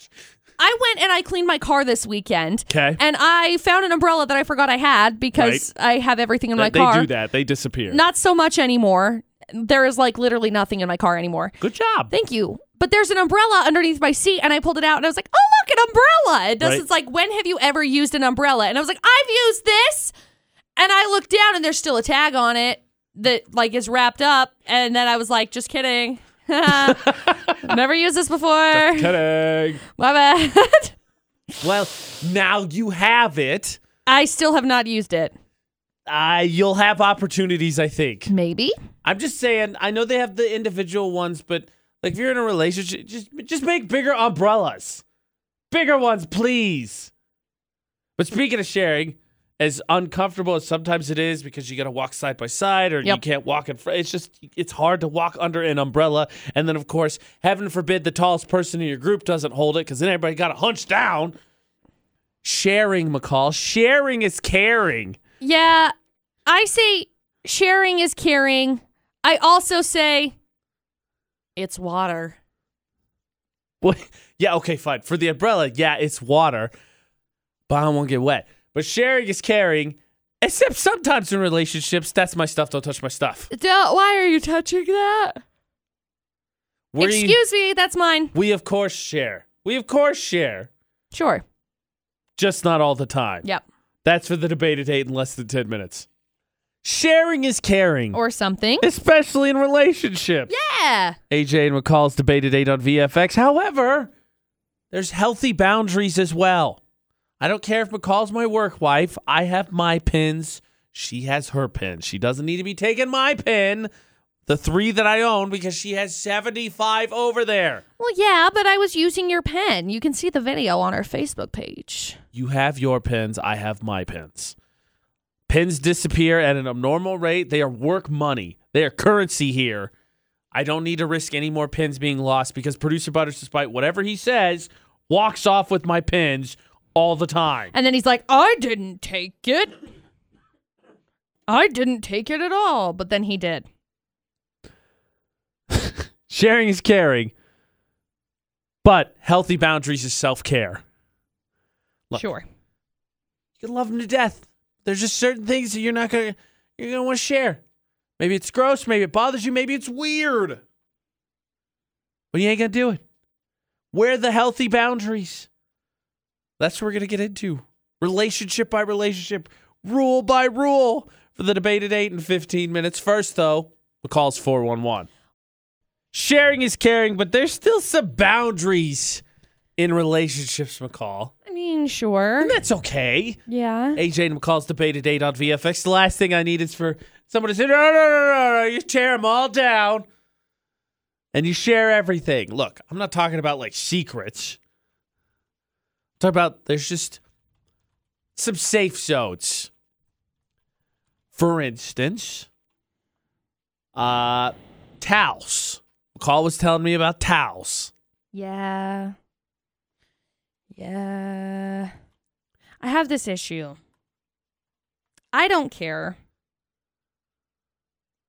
Speaker 2: I went and I cleaned my car this weekend.
Speaker 1: 'Kay.
Speaker 2: And I found an umbrella that I forgot I had because I have everything in my
Speaker 1: they
Speaker 2: car.
Speaker 1: do that. They disappear.
Speaker 2: Not so much anymore. There is like literally nothing in my car anymore.
Speaker 1: Good job.
Speaker 2: Thank you. But there's an umbrella underneath my seat, and I pulled it out, and I was like, "Oh, look, an umbrella!" It does.
Speaker 1: Right.
Speaker 2: It's like, when have you ever used an umbrella? And I was like, "I've used this," and I looked down, and there's still a tag on it that like is wrapped up, and then I was like, "Just kidding." *laughs* Never used this before. *laughs* My
Speaker 1: Kidding.
Speaker 2: bad. *laughs*
Speaker 1: Well, now you have it.
Speaker 2: I still have not used it.
Speaker 1: Uh, you'll have opportunities, I think.
Speaker 2: Maybe.
Speaker 1: I'm just saying. I know they have the individual ones, but like if you're in a relationship, just just make bigger umbrellas, bigger ones, please. But speaking of sharing, as uncomfortable as sometimes it is because you got to walk side by side or you
Speaker 2: Yep.
Speaker 1: can't walk in front, it's just, it's hard to walk under an umbrella. And then, of course, heaven forbid the tallest person in your group doesn't hold it because then everybody got to hunch down. Sharing, McCall. Sharing is caring.
Speaker 2: Yeah, I say sharing is caring. I also say it's water.
Speaker 1: Well, *laughs* yeah, okay, fine. For the umbrella, yeah, it's water, but I won't get wet. But sharing is caring, except sometimes in relationships, that's my stuff. Don't touch my stuff.
Speaker 2: why are you touching that?
Speaker 1: We,
Speaker 2: Excuse me, that's mine.
Speaker 1: We of course share. We of course share,
Speaker 2: Sure.
Speaker 1: just not all the time.
Speaker 2: Yep.
Speaker 1: That's for the debate at eight in less than ten minutes. Sharing is caring,
Speaker 2: Or something.
Speaker 1: especially in relationships.
Speaker 2: Yeah.
Speaker 1: AJ and McCall's debated eight on VFX. However, there's healthy boundaries as well. I don't care if McCall's my work wife. I have my pins. She has her pin. She doesn't need to be taking my pin, the three that I own, because she has 75 over there.
Speaker 2: Well, yeah, but I was using your pen. You can see the video on our Facebook page.
Speaker 1: You have your pins. I have my pins. Pins disappear at an abnormal rate. They are work money, they are currency here. I don't need to risk any more pins being lost because producer Butters, despite whatever he says, walks off with my pins all the time.
Speaker 2: And then he's like, I didn't take it. I didn't take it at all. But then he did.
Speaker 1: Sharing is caring, but healthy boundaries is self care. Look.
Speaker 2: Sure.
Speaker 1: You can love them to death. There's just certain things that you're not gonna you're gonna want to share. Maybe it's gross. Maybe it bothers you. Maybe it's weird. But you ain't gonna do it. Where are the healthy boundaries? That's what we're gonna get into. Relationship by relationship, rule by rule for the debate at eight and fifteen minutes. First though, McCall's four one one. Sharing is caring, but there's still some boundaries in relationships, McCall.
Speaker 2: I mean, sure.
Speaker 1: And that's okay.
Speaker 2: Yeah.
Speaker 1: AJ and McCall's debated eight on VFX. The last thing I need is for someone to say, no, no, no, no, no, you tear them all down. And you share everything. Look, I'm not talking about like secrets. I'm talking about there's just some safe zones. For instance, uh towels. McCall was telling me about towels.
Speaker 2: Yeah. Yeah. I have this issue. I don't care.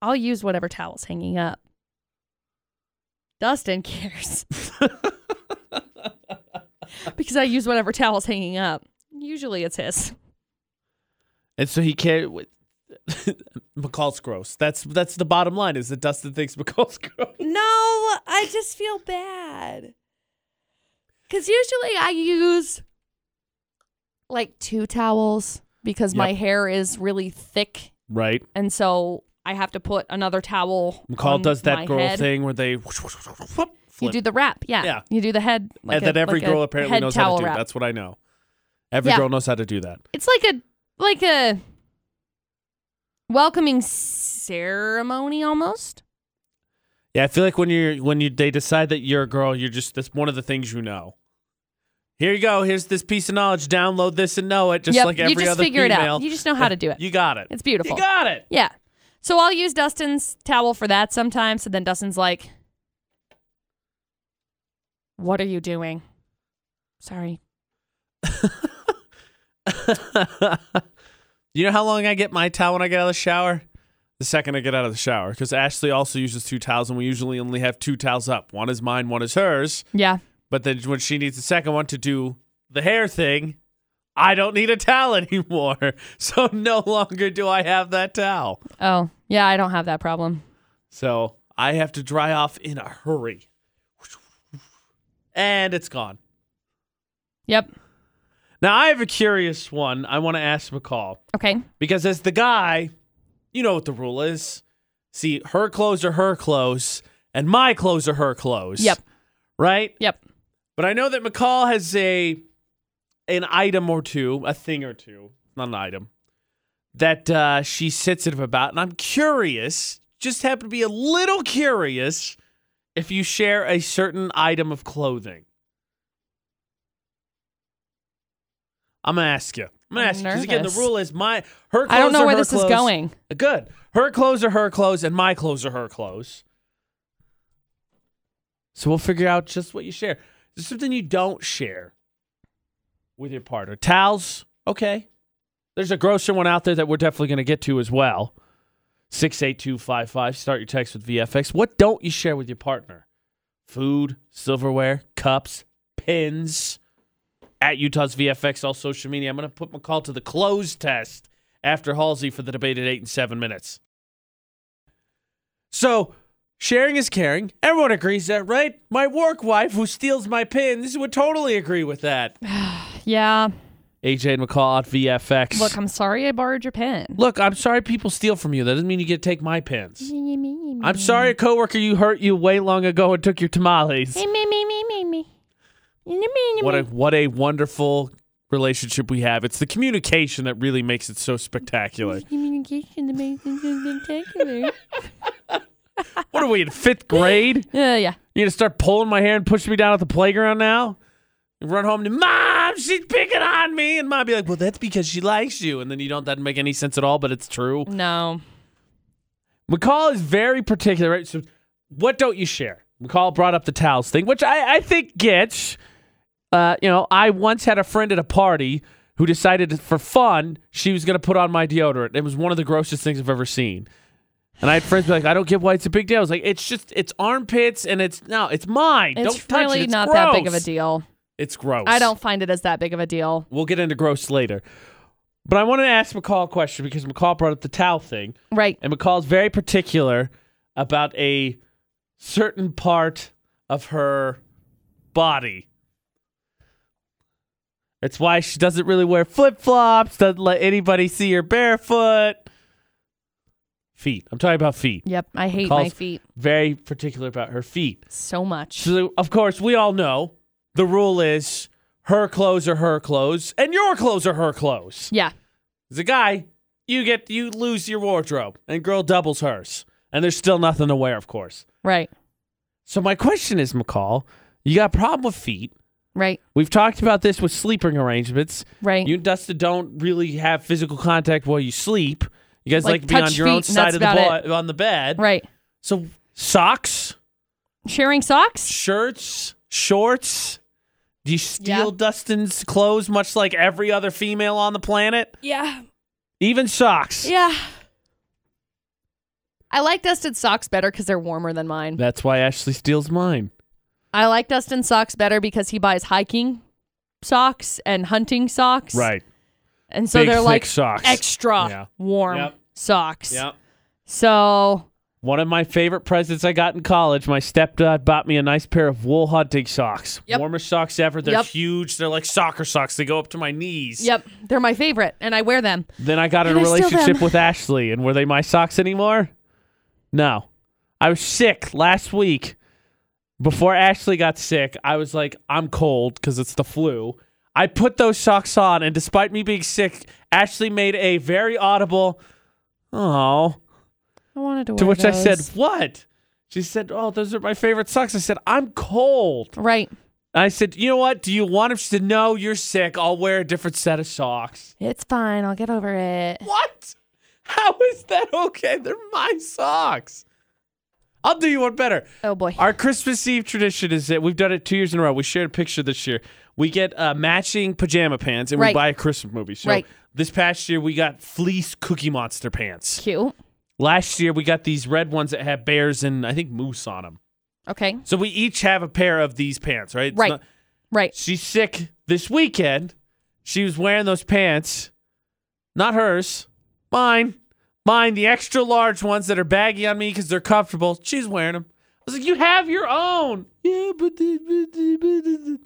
Speaker 2: I'll use whatever towel's hanging up. Dustin *laughs* cares. because I use whatever towel's hanging up. Usually it's his.
Speaker 1: And so he can't. *laughs* wait. McCall's gross. That's that's the bottom line. Is that Dustin thinks McCall's *laughs* gross?
Speaker 2: No, I just feel bad. Cause usually I use like two towels because my
Speaker 1: Yep.
Speaker 2: hair is really thick,
Speaker 1: Right.
Speaker 2: and so I have to put another towel.
Speaker 1: McCall
Speaker 2: on
Speaker 1: does that
Speaker 2: my
Speaker 1: girl
Speaker 2: head.
Speaker 1: thing where they flip.
Speaker 2: You do the wrap, yeah.
Speaker 1: Yeah.
Speaker 2: You do the head, like
Speaker 1: and
Speaker 2: a-
Speaker 1: that every
Speaker 2: like a
Speaker 1: girl apparently
Speaker 2: head
Speaker 1: knows how
Speaker 2: towel
Speaker 1: to do.
Speaker 2: wrap.
Speaker 1: That's what I know. Every
Speaker 2: Yeah.
Speaker 1: girl knows how to do that.
Speaker 2: It's like a like a welcoming ceremony almost.
Speaker 1: Yeah, I feel like when you're when you they decide that you're a girl, you're just that's one of the things you know. Here you go. Here's this piece of knowledge. Download this and know it, just
Speaker 2: Yep,
Speaker 1: like
Speaker 2: you
Speaker 1: every
Speaker 2: just
Speaker 1: other
Speaker 2: figure it out.
Speaker 1: female.
Speaker 2: You just know how to do it.
Speaker 1: You got it.
Speaker 2: It's
Speaker 1: You
Speaker 2: beautiful.
Speaker 1: got it.
Speaker 2: Yeah. So I'll use Dustin's towel for that sometimes. And then Dustin's like, What are you doing? Sorry.
Speaker 1: you know how long I get my towel when I get out of the shower? The second I get out of the shower, because Ashley also uses two towels, and we usually only have two towels up. One is mine, one is hers.
Speaker 2: Yeah.
Speaker 1: But then when she needs the second one to do the hair thing, I don't need a towel *laughs* anymore. So no longer do I have that towel.
Speaker 2: Oh, yeah, I don't have that problem.
Speaker 1: So I have to dry off in a hurry. And it's gone.
Speaker 2: Yep.
Speaker 1: Now I have a curious one I want to ask McCall.
Speaker 2: Okay.
Speaker 1: Because as the guy, you know what the rule is. See, her clothes are her clothes, and my clothes are her clothes.
Speaker 2: Yep.
Speaker 1: Right?
Speaker 2: Yep.
Speaker 1: But I know that McCall has a an item or two, a thing or two, not an item, that uh, she's sensitive about. And I'm curious, just happen to be a little curious, if you share a certain item of clothing. I'm gonna ask you. I'm gonna ask you, 'cause again, the
Speaker 2: nervous.
Speaker 1: rule is my her. Clothes
Speaker 2: I don't know
Speaker 1: are
Speaker 2: where
Speaker 1: her
Speaker 2: this is
Speaker 1: clothes.
Speaker 2: going.
Speaker 1: Good. Her clothes are her clothes, and my clothes are her clothes. So we'll figure out just what you share. There's something you don't share with your partner. Towels, okay. There's a grosser one out there that we're definitely going to get to as well. 68255. Start your text with VFX. What don't you share with your partner? Food, silverware, cups, pins. At Utah's VFX, all social media. I'm going to put my call to the clothes test after Halsey for the debate at eight and seven minutes. So, sharing is caring. Everyone agrees that, right? My work wife who steals my pins would totally agree with
Speaker 2: *laughs*
Speaker 1: that.
Speaker 2: Yeah.
Speaker 1: AJ and McCall at VFX.
Speaker 2: Look, I'm sorry I borrowed your pen.
Speaker 1: Look, I'm sorry people steal from you. That doesn't mean you get to take my pins. I'm sorry a coworker you hurt you way long ago and took your tamales.
Speaker 2: Me, me, me, me, me, me. Me, me, me,
Speaker 1: What a
Speaker 2: me.
Speaker 1: what a wonderful relationship we have. It's the communication that really makes it so spectacular.
Speaker 2: Communication that makes it so
Speaker 1: *laughs*
Speaker 2: spectacular.
Speaker 1: What are we in fifth grade?
Speaker 2: Yeah, Uh, yeah.
Speaker 1: You gonna start pulling my hair and push me down at the playground now? And run home to mom. She's picking on me, and mom be like, "Well, that's because she likes you." And then you don't. That doesn't make any sense at all, but it's true.
Speaker 2: No.
Speaker 1: McCall is very particular. Right? So, what don't you share? McCall brought up the towels thing, which I, I think gets. Uh, you know, I once had a friend at a party who decided for fun she was going to put on my deodorant. It was one of the grossest things I've ever seen. And I had friends be like, "I don't get why it's a big deal." I was like, "It's just it's armpits and it's no, it's mine.
Speaker 2: It's
Speaker 1: don't touch
Speaker 2: really
Speaker 1: it. It's
Speaker 2: not that big of a
Speaker 1: gross."
Speaker 2: deal.
Speaker 1: It's gross.
Speaker 2: I don't find it as that big of a deal.
Speaker 1: We'll get into gross later. But I want to ask McCall a question because McCall brought up the towel thing.
Speaker 2: Right.
Speaker 1: And McCall's very particular about a certain part of her body. That's why she doesn't really wear flip flops, doesn't let anybody see her barefoot. Feet. I'm talking about feet.
Speaker 2: Yep, I hate my
Speaker 1: McCall's
Speaker 2: feet
Speaker 1: Very particular about her feet.
Speaker 2: so much.
Speaker 1: So, of course, we all know the rule is her clothes are her clothes and your clothes are her clothes.
Speaker 2: Yeah.
Speaker 1: As a guy, you get you lose your wardrobe and girl doubles hers. And there's still nothing to wear, of course.
Speaker 2: Right.
Speaker 1: So my question is, McCall, you got a problem with feet.
Speaker 2: Right.
Speaker 1: We've talked about this with sleeping arrangements.
Speaker 2: Right.
Speaker 1: You and Dustin don't really have physical contact while you sleep. You guys like,
Speaker 2: Like,
Speaker 1: to be on
Speaker 2: touch
Speaker 1: your own
Speaker 2: feet
Speaker 1: side
Speaker 2: and that's
Speaker 1: of the
Speaker 2: about
Speaker 1: bo- on the bed.
Speaker 2: Right.
Speaker 1: So socks,
Speaker 2: Sharing socks?
Speaker 1: shirts, shorts. Do you steal Dustin's clothes much like every other female on the planet?
Speaker 2: Yeah.
Speaker 1: Even socks.
Speaker 2: Yeah. I like Dustin's socks better because they're warmer than mine.
Speaker 1: That's why Ashley steals mine.
Speaker 2: I like Dustin's socks better because he buys hiking socks and hunting socks.
Speaker 1: Right.
Speaker 2: And so
Speaker 1: Big,
Speaker 2: they're
Speaker 1: thick
Speaker 2: like
Speaker 1: socks.
Speaker 2: extra
Speaker 1: Yeah.
Speaker 2: warm
Speaker 1: Yep.
Speaker 2: socks.
Speaker 1: Yep.
Speaker 2: So
Speaker 1: One of my favorite presents I got in college, my stepdad bought me a nice pair of wool hunting socks.
Speaker 2: Yep.
Speaker 1: Warmest socks ever. They're
Speaker 2: Yep.
Speaker 1: huge. They're like soccer socks. They go up to my knees.
Speaker 2: Yep, they're my favorite, and I wear them.
Speaker 1: Then I got in
Speaker 2: And
Speaker 1: a
Speaker 2: I steal
Speaker 1: relationship
Speaker 2: them.
Speaker 1: with Ashley, and were they my socks anymore? No. I was sick last week. Before Ashley got sick, I was like, I'm cold because it's the flu. I put those socks on, and despite me being sick, Ashley made a very audible, oh.
Speaker 2: I wanted to.
Speaker 1: To
Speaker 2: wear
Speaker 1: which I said,
Speaker 2: those.
Speaker 1: What? She said, Oh, those are my favorite socks. I said, I'm cold.
Speaker 2: right,
Speaker 1: And I said, You know what? Do you want them? She said, No, you're sick. I'll wear a different set of socks.
Speaker 2: it's fine. I'll get over it.
Speaker 1: What? How is that okay? They're my socks. I'll do you one better.
Speaker 2: Oh boy,
Speaker 1: Our Christmas Eve tradition is that we've done it two years in a row. We shared a picture this year. We get uh, matching pajama pants and we
Speaker 2: Right.
Speaker 1: buy a Christmas movie. So
Speaker 2: Right.
Speaker 1: this past year, we got fleece Cookie Monster pants.
Speaker 2: cute.
Speaker 1: Last year we got these red ones that have bears and I think moose on them.
Speaker 2: Okay,
Speaker 1: So we each have a pair of these pants, right? It's
Speaker 2: Right.
Speaker 1: not-
Speaker 2: right.
Speaker 1: she's sick this weekend. She was wearing those pants, not hers, mine, mine. The extra large ones that are baggy on me because they're comfortable. She's wearing them. I was like, you have your own. Yeah, but, the- but, the- but the-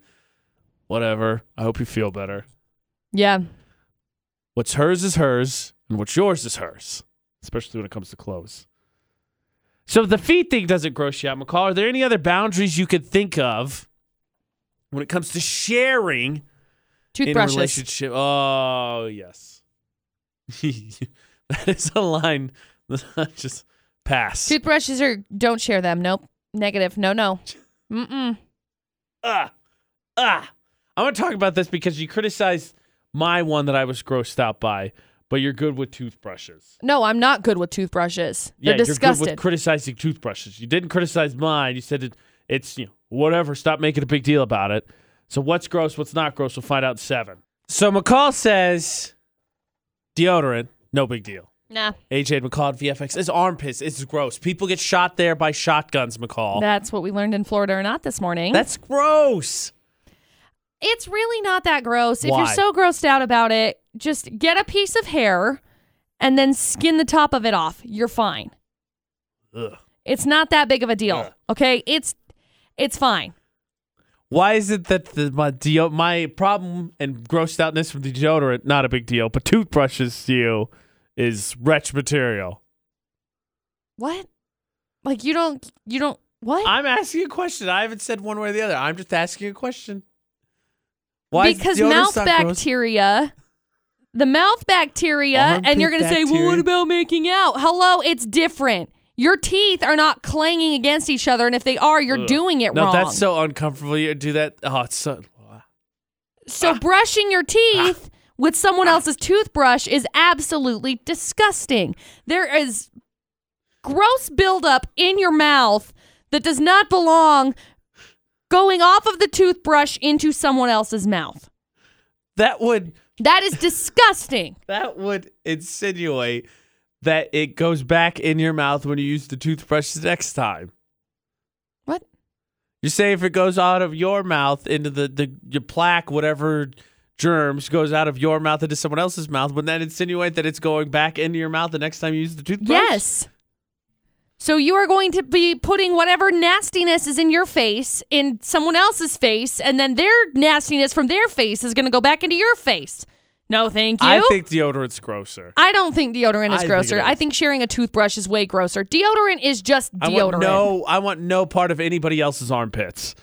Speaker 1: whatever. I hope you feel better.
Speaker 2: Yeah,
Speaker 1: What's hers is hers, and what's yours is hers, especially when it comes to clothes. So the feet thing doesn't gross you out, McCall. Are there any other boundaries you could think of when it comes to sharing in a
Speaker 2: toothbrushes.
Speaker 1: relationship? Oh yes, *laughs* that is a line. Just pass.
Speaker 2: Toothbrushes are don't share them. Nope. Negative. No. No. Mm. Mm.
Speaker 1: ah, ah. I'm gonna talk about this because you criticized my one that I was grossed out by, but you're good with toothbrushes.
Speaker 2: No, I'm not good with toothbrushes.
Speaker 1: yeah,
Speaker 2: They're disgusted.
Speaker 1: you're good with criticizing toothbrushes. You didn't criticize mine. You said it, it's you know, whatever. Stop making a big deal about it. So what's gross? What's not gross? We'll find out in seven. So McCall says deodorant, no big deal.
Speaker 2: nah,
Speaker 1: AJ and McCall at VFX. It's armpits. It's gross. People get shot there by shotguns, McCall.
Speaker 2: that's what we learned in Florida or not this morning.
Speaker 1: That's gross.
Speaker 2: it's really not that gross. If
Speaker 1: Why?
Speaker 2: you're so grossed out about it, just get a piece of hair and then skin the top of it off. You're fine.
Speaker 1: Ugh.
Speaker 2: It's not that big of a deal. Okay? It's it's fine.
Speaker 1: Why is it that the, my deo- my problem and grossed outness from deodorant not a big deal, but toothbrushes to you is wretch material?
Speaker 2: What? Like you don't you don't what?
Speaker 1: I'm asking a question. I haven't said one way or the other. I'm just asking a question. is
Speaker 2: because
Speaker 1: deodorant
Speaker 2: mouth
Speaker 1: not gross?
Speaker 2: bacteria the mouth bacteria
Speaker 1: Armpit
Speaker 2: and you're going to say well what
Speaker 1: bacteria?
Speaker 2: about making out hello it's different your teeth are not clanging against each other and if they are you're
Speaker 1: Ugh.
Speaker 2: doing it
Speaker 1: no,
Speaker 2: wrong
Speaker 1: that's so uncomfortable. You do that. Oh, it's so.
Speaker 2: So brushing your teeth with someone else's toothbrush is absolutely disgusting. There is gross buildup in your mouth that does not belong going off of the toothbrush into someone else's mouth.
Speaker 1: That would
Speaker 2: That is disgusting.
Speaker 1: that would insinuate that it goes back in your mouth when you use the toothbrush the next time.
Speaker 2: What?
Speaker 1: You say if it goes out of your mouth into the, the your plaque, whatever germs goes out of your mouth into someone else's mouth, wouldn't that insinuate that it's going back into your mouth the next time you use the toothbrush?
Speaker 2: Yes. So you are going to be putting whatever nastiness is in your face in someone else's face, and then their nastiness from their face is going to go back into your face. No, thank you.
Speaker 1: I think deodorant's grosser.
Speaker 2: I don't think deodorant
Speaker 1: I
Speaker 2: is
Speaker 1: think
Speaker 2: grosser.
Speaker 1: it is.
Speaker 2: I think sharing a toothbrush is way grosser. Deodorant is just
Speaker 1: I want
Speaker 2: deodorant.
Speaker 1: no I want no part of anybody else's armpits.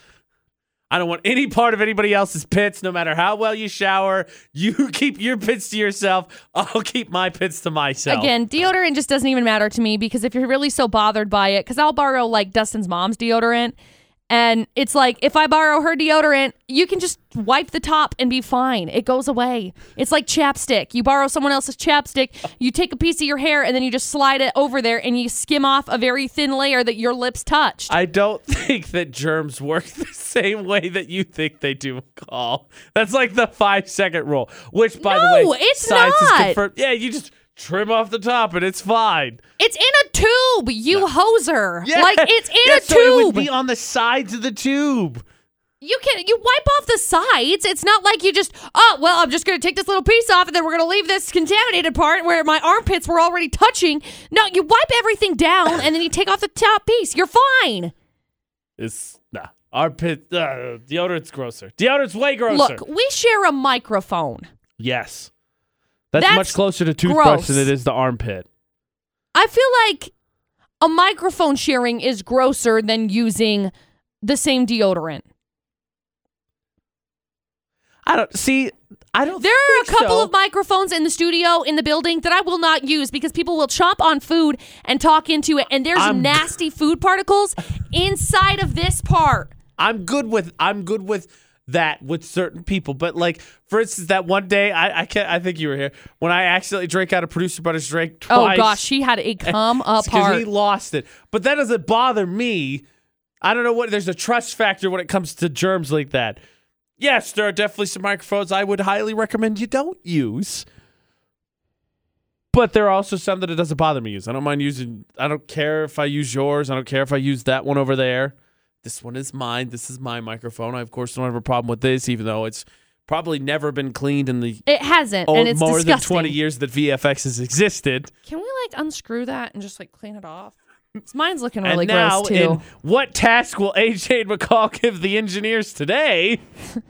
Speaker 1: I don't want any part of anybody else's pits, no matter how well you shower. You *laughs* keep your pits to yourself. I'll keep my pits to myself.
Speaker 2: Again, deodorant just doesn't even matter to me because if you're really so bothered by it, because I'll borrow like Dustin's mom's deodorant, and it's like if I borrow her deodorant, you can just wipe the top and be fine. It goes away. It's like chapstick. You borrow someone else's chapstick, you take a piece of your hair, and then you just slide it over there and you skim off a very thin layer that your lips touched.
Speaker 1: I don't *laughs* think that germs work the same way that you think they do, McCall. That's like the five second rule, which, by the
Speaker 2: No,
Speaker 1: way,
Speaker 2: it's
Speaker 1: science has
Speaker 2: not.
Speaker 1: confirmed. Yeah, you just trim off the top and it's fine.
Speaker 2: it's in a tube, you hoser.
Speaker 1: Yeah.
Speaker 2: Like it's in
Speaker 1: yeah,
Speaker 2: a
Speaker 1: so
Speaker 2: tube.
Speaker 1: It would be on the sides of the tube.
Speaker 2: You can you wipe off the sides. It's not like you just oh well I'm just gonna take this little piece off and then we're gonna leave this contaminated part where my armpits were already touching. No, you wipe everything down and then you take off the top piece. You're fine.
Speaker 1: It's nah. Our pit uh, deodorant's grosser. Deodorant's way grosser.
Speaker 2: Look, we share a microphone.
Speaker 1: Yes. That's,
Speaker 2: That's
Speaker 1: much closer to toothbrush
Speaker 2: gross.
Speaker 1: than it is the armpit.
Speaker 2: I feel like a microphone sharing is grosser than using the same deodorant.
Speaker 1: I don't see. I don't.
Speaker 2: There are a
Speaker 1: think
Speaker 2: couple
Speaker 1: so.
Speaker 2: of microphones in the studio in the building that I will not use because people will chomp on food and talk into it, and there's
Speaker 1: I'm-
Speaker 2: nasty food particles inside of this part.
Speaker 1: I'm good with I'm good with that with certain people. But like for instance, that one day I I can't I think you were here when I accidentally drank out of producer Butters drink twice.
Speaker 2: Oh gosh, she had a
Speaker 1: *laughs*
Speaker 2: come
Speaker 1: because he
Speaker 2: apart.
Speaker 1: lost it. But that doesn't bother me. I don't know what there's a trust factor when it comes to germs like that. Yes, there are definitely some microphones I would highly recommend you don't use. But there are also some that it doesn't bother me to use. I don't mind using I don't care if I use yours. I don't care if I use that one over there. This one is mine. This is my microphone. I of course don't have a problem with this, even though it's probably never been cleaned in the
Speaker 2: It hasn't,
Speaker 1: oh,
Speaker 2: and it's
Speaker 1: more than
Speaker 2: disgusting.
Speaker 1: twenty years that VFX has existed.
Speaker 2: Can we like unscrew that and just like clean it off? 'Cause Mine's looking
Speaker 1: And
Speaker 2: really
Speaker 1: now,
Speaker 2: gross too.
Speaker 1: in what task will AJ and McCall give the engineers today?
Speaker 2: *laughs*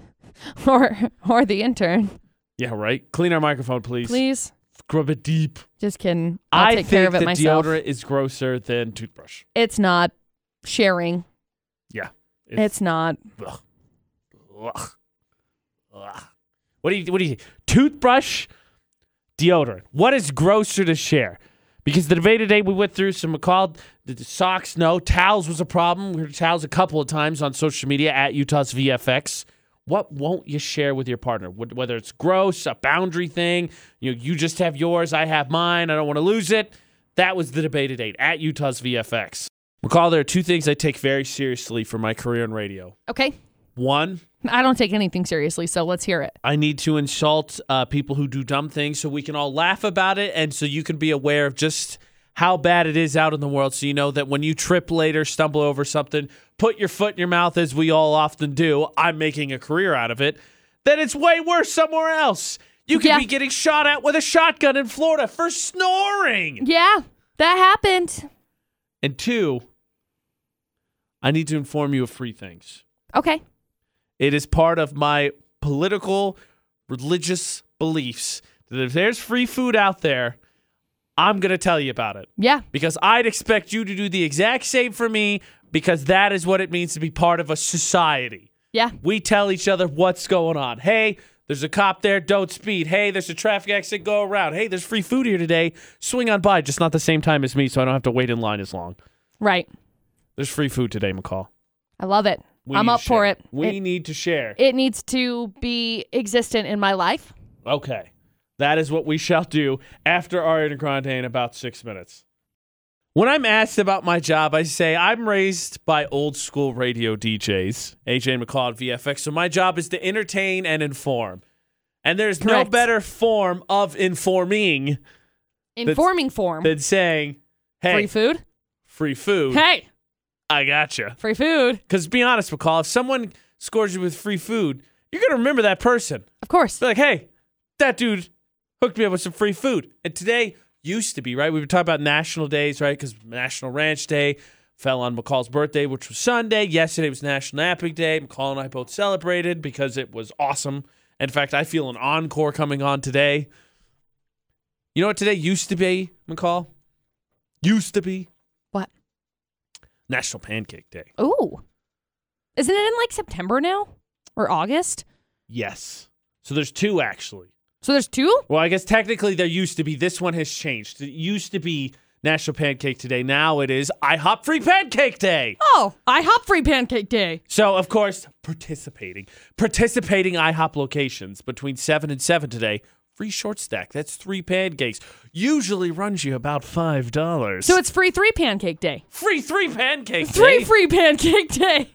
Speaker 2: or or the intern,
Speaker 1: Yeah, right. Clean our microphone, please.
Speaker 2: please.
Speaker 1: Scrub it deep.
Speaker 2: Just kidding. I'll
Speaker 1: I
Speaker 2: take
Speaker 1: think
Speaker 2: care of it
Speaker 1: that
Speaker 2: myself.
Speaker 1: deodorant is grosser than toothbrush.
Speaker 2: It's not sharing.
Speaker 1: Yeah.
Speaker 2: It's not.
Speaker 1: ugh. Ugh. Ugh. What do you? What do you? Toothbrush, deodorant. What is grosser to share? Because the debate today we went through some McCall the, the socks. No towels was a problem. We heard towels a couple of times on social media at Utah's VFX. What won't you share with your partner? Wh- Whether it's gross, a boundary thing, you know, you just have yours, I have mine, I don't want to lose it. That was the debate at eight at Utah's VFX. McCall, there are two things I take very seriously for my career in radio.
Speaker 2: Okay.
Speaker 1: One,
Speaker 2: I don't take anything seriously, so let's hear it.
Speaker 1: I need to insult uh, people who do dumb things so we can all laugh about it and so you can be aware of just how bad it is out in the world so you know that when you trip later, stumble over something, put your foot in your mouth as we all often do, I'm making a career out of it, then it's way worse somewhere else. You could
Speaker 2: Yeah.
Speaker 1: be getting shot at with a shotgun in Florida for snoring.
Speaker 2: Yeah, that happened.
Speaker 1: And two, I need to inform you of free things.
Speaker 2: Okay.
Speaker 1: It is part of my political, religious beliefs that if there's free food out there, I'm going to tell you about it.
Speaker 2: Yeah.
Speaker 1: Because I'd expect you to do the exact same for me because that is what it means to be part of a society.
Speaker 2: Yeah.
Speaker 1: We tell each other what's going on. Hey, there's a cop there, don't speed. Hey, there's a traffic accident, go around. Hey, there's free food here today, swing on by, just not the same time as me, so I don't have to wait in line as long.
Speaker 2: Right.
Speaker 1: There's free food today, McCall.
Speaker 2: I love it.
Speaker 1: We
Speaker 2: I'm
Speaker 1: need to
Speaker 2: up for
Speaker 1: share.
Speaker 2: it.
Speaker 1: We
Speaker 2: it.
Speaker 1: need to share.
Speaker 2: It needs to be existent in my life.
Speaker 1: Okay. That is what we shall do after Ariana Grande in about six minutes. When I'm asked about my job, I say I'm raised by old school radio DJs, AJ McCall at VFX. So my job is to entertain and inform. And there's
Speaker 2: Correct.
Speaker 1: no better form of informing
Speaker 2: Informing form.
Speaker 1: than saying, hey,
Speaker 2: Free food.
Speaker 1: free food.
Speaker 2: Hey,
Speaker 1: I gotcha.
Speaker 2: free food.
Speaker 1: Because be honest, McCall, if someone scores you with free food, you're going to remember that person.
Speaker 2: Of course.
Speaker 1: Be like, hey, that dude hooked me up with some free food. And today used to be, right? We were talking about national days, right? Because National Ranch Day fell on McCall's birthday, which was Sunday. Yesterday was National Napping Day. McCall and I both celebrated because it was awesome. In fact, I feel an encore coming on today. You know what today used to be, McCall? Used to be
Speaker 2: What?
Speaker 1: National Pancake Day.
Speaker 2: Ooh. Isn't it in like September now or August?
Speaker 1: Yes. So there's two actually.
Speaker 2: So there's two?
Speaker 1: Well, I guess technically there used to be. This one has changed. It used to be National Pancake Today. Now it is IHOP Free Pancake Day.
Speaker 2: Oh, I hop free pancake day.
Speaker 1: So, of course, participating. Participating IHOP locations between 7 and 7 today. Free short stack. That's three pancakes. Usually runs you about $5.
Speaker 2: So it's free three pancake day.
Speaker 1: free three pancake
Speaker 2: Three
Speaker 1: day.
Speaker 2: free *laughs* pancake day.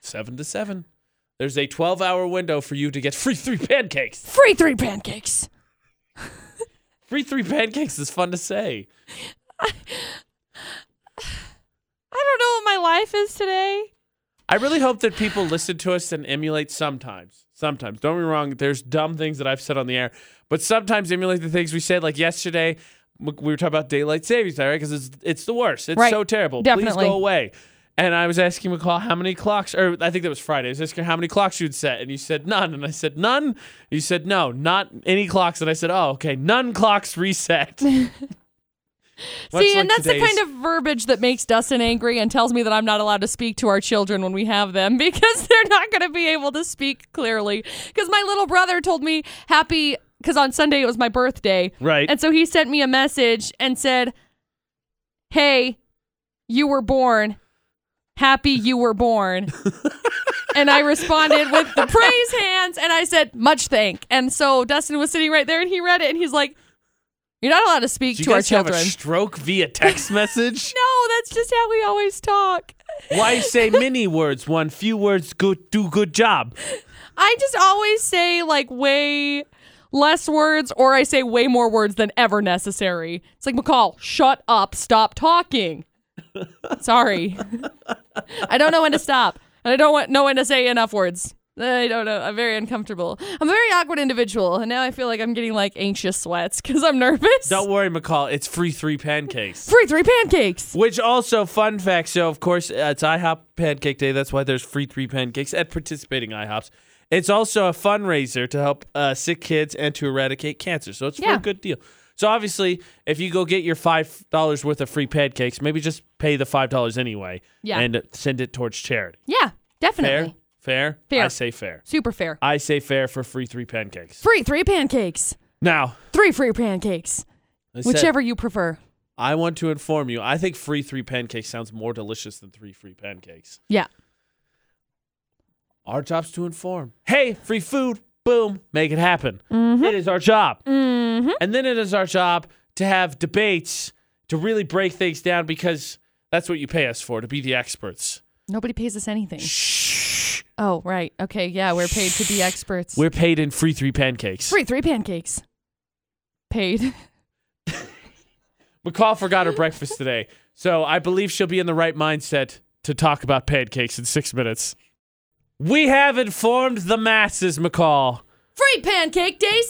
Speaker 1: 7 to 7. There's a 12 hour window for you to get free three pancakes.
Speaker 2: Free three pancakes.
Speaker 1: Free three pancakes is fun to say.
Speaker 2: I don't know what my life is today.
Speaker 1: I really hope that people listen to us and emulate sometimes. Sometimes. Don't be wrong. There's dumb things that I've said on the air, but sometimes emulate the things we said. Like yesterday, m- we were talking about daylight savings time, right? Because it's it's the worst. It's
Speaker 2: Right.
Speaker 1: so terrible.
Speaker 2: Definitely.
Speaker 1: Please go away. And I was asking McCall how many clocks, or I think that was Friday. I was asking how many clocks you'd set, and you said none. And I said none. You said no, not any clocks. And I said, oh, okay, none clocks
Speaker 2: *laughs*
Speaker 1: reset.
Speaker 2: See, and that's the kind of verbiage that makes Dustin angry and tells me that I'm not allowed to speak to our children when we have them *laughs* because they're not going to be able to speak clearly. Because my little brother told me happy, because on Sunday it was my birthday.
Speaker 1: Right.
Speaker 2: And so he sent me a message and said, Hey, you were born. Happy you
Speaker 1: *laughs*
Speaker 2: were born. and I responded with the praise hands and I said, Much thank. And so Dustin was sitting right there and he read it and he's like, You're not allowed to speak
Speaker 1: Do you
Speaker 2: to our
Speaker 1: guys have
Speaker 2: children.
Speaker 1: a stroke via text message?
Speaker 2: No, that's just how we always talk.
Speaker 1: Why say many words when few words good do good job?
Speaker 2: I just always say like way less words or I say way more words than ever necessary. It's like McCall, shut up,
Speaker 1: *laughs*
Speaker 2: stop talking. Sorry. I don't know when to stop. And I don't want, know when to say enough words. I don't know. I'm very uncomfortable. I'm a very awkward individual, and now I feel like I'm getting like anxious sweats because I'm nervous.
Speaker 1: Don't worry, McCall. It's free three pancakes.
Speaker 2: Free three pancakes.
Speaker 1: Which also, fun fact. So, of course, uh, it's IHOP Pancake Day. That's why there's free three pancakes at participating IHOPs. It's also a fundraiser to help uh, sick kids and to eradicate cancer. So it's a
Speaker 2: Yeah.
Speaker 1: real good deal. So obviously, if you go get your five dollars worth of free pancakes, maybe just pay the five dollars anyway,
Speaker 2: Yeah.
Speaker 1: and send it towards charity.
Speaker 2: Yeah, definitely.
Speaker 1: Fair, fair,
Speaker 2: Fair.
Speaker 1: I say fair.
Speaker 2: Super fair.
Speaker 1: I say fair for free three pancakes.
Speaker 2: Free three pancakes.
Speaker 1: Now,
Speaker 2: Three free pancakes.
Speaker 1: I said-
Speaker 2: Whichever you prefer.
Speaker 1: I want to inform you. I think free three pancakes sounds more delicious than three free pancakes.
Speaker 2: Yeah.
Speaker 1: Our job's to inform. Hey, free food. Boom. Make it happen.
Speaker 2: Mm-hmm.
Speaker 1: It is our job. And then it is our job to have debates to really break things down because that's what you pay us for to be the experts.
Speaker 2: Nobody pays us anything. Shh. Oh, right. Okay. Yeah, we're paid to be experts.
Speaker 1: We're paid in free three pancakes.
Speaker 2: free three pancakes. Paid. *laughs*
Speaker 1: McCall forgot her breakfast today, so I believe she'll be in the right mindset to talk about pancakes in six minutes. We have informed the masses, McCall.
Speaker 2: Free pancake days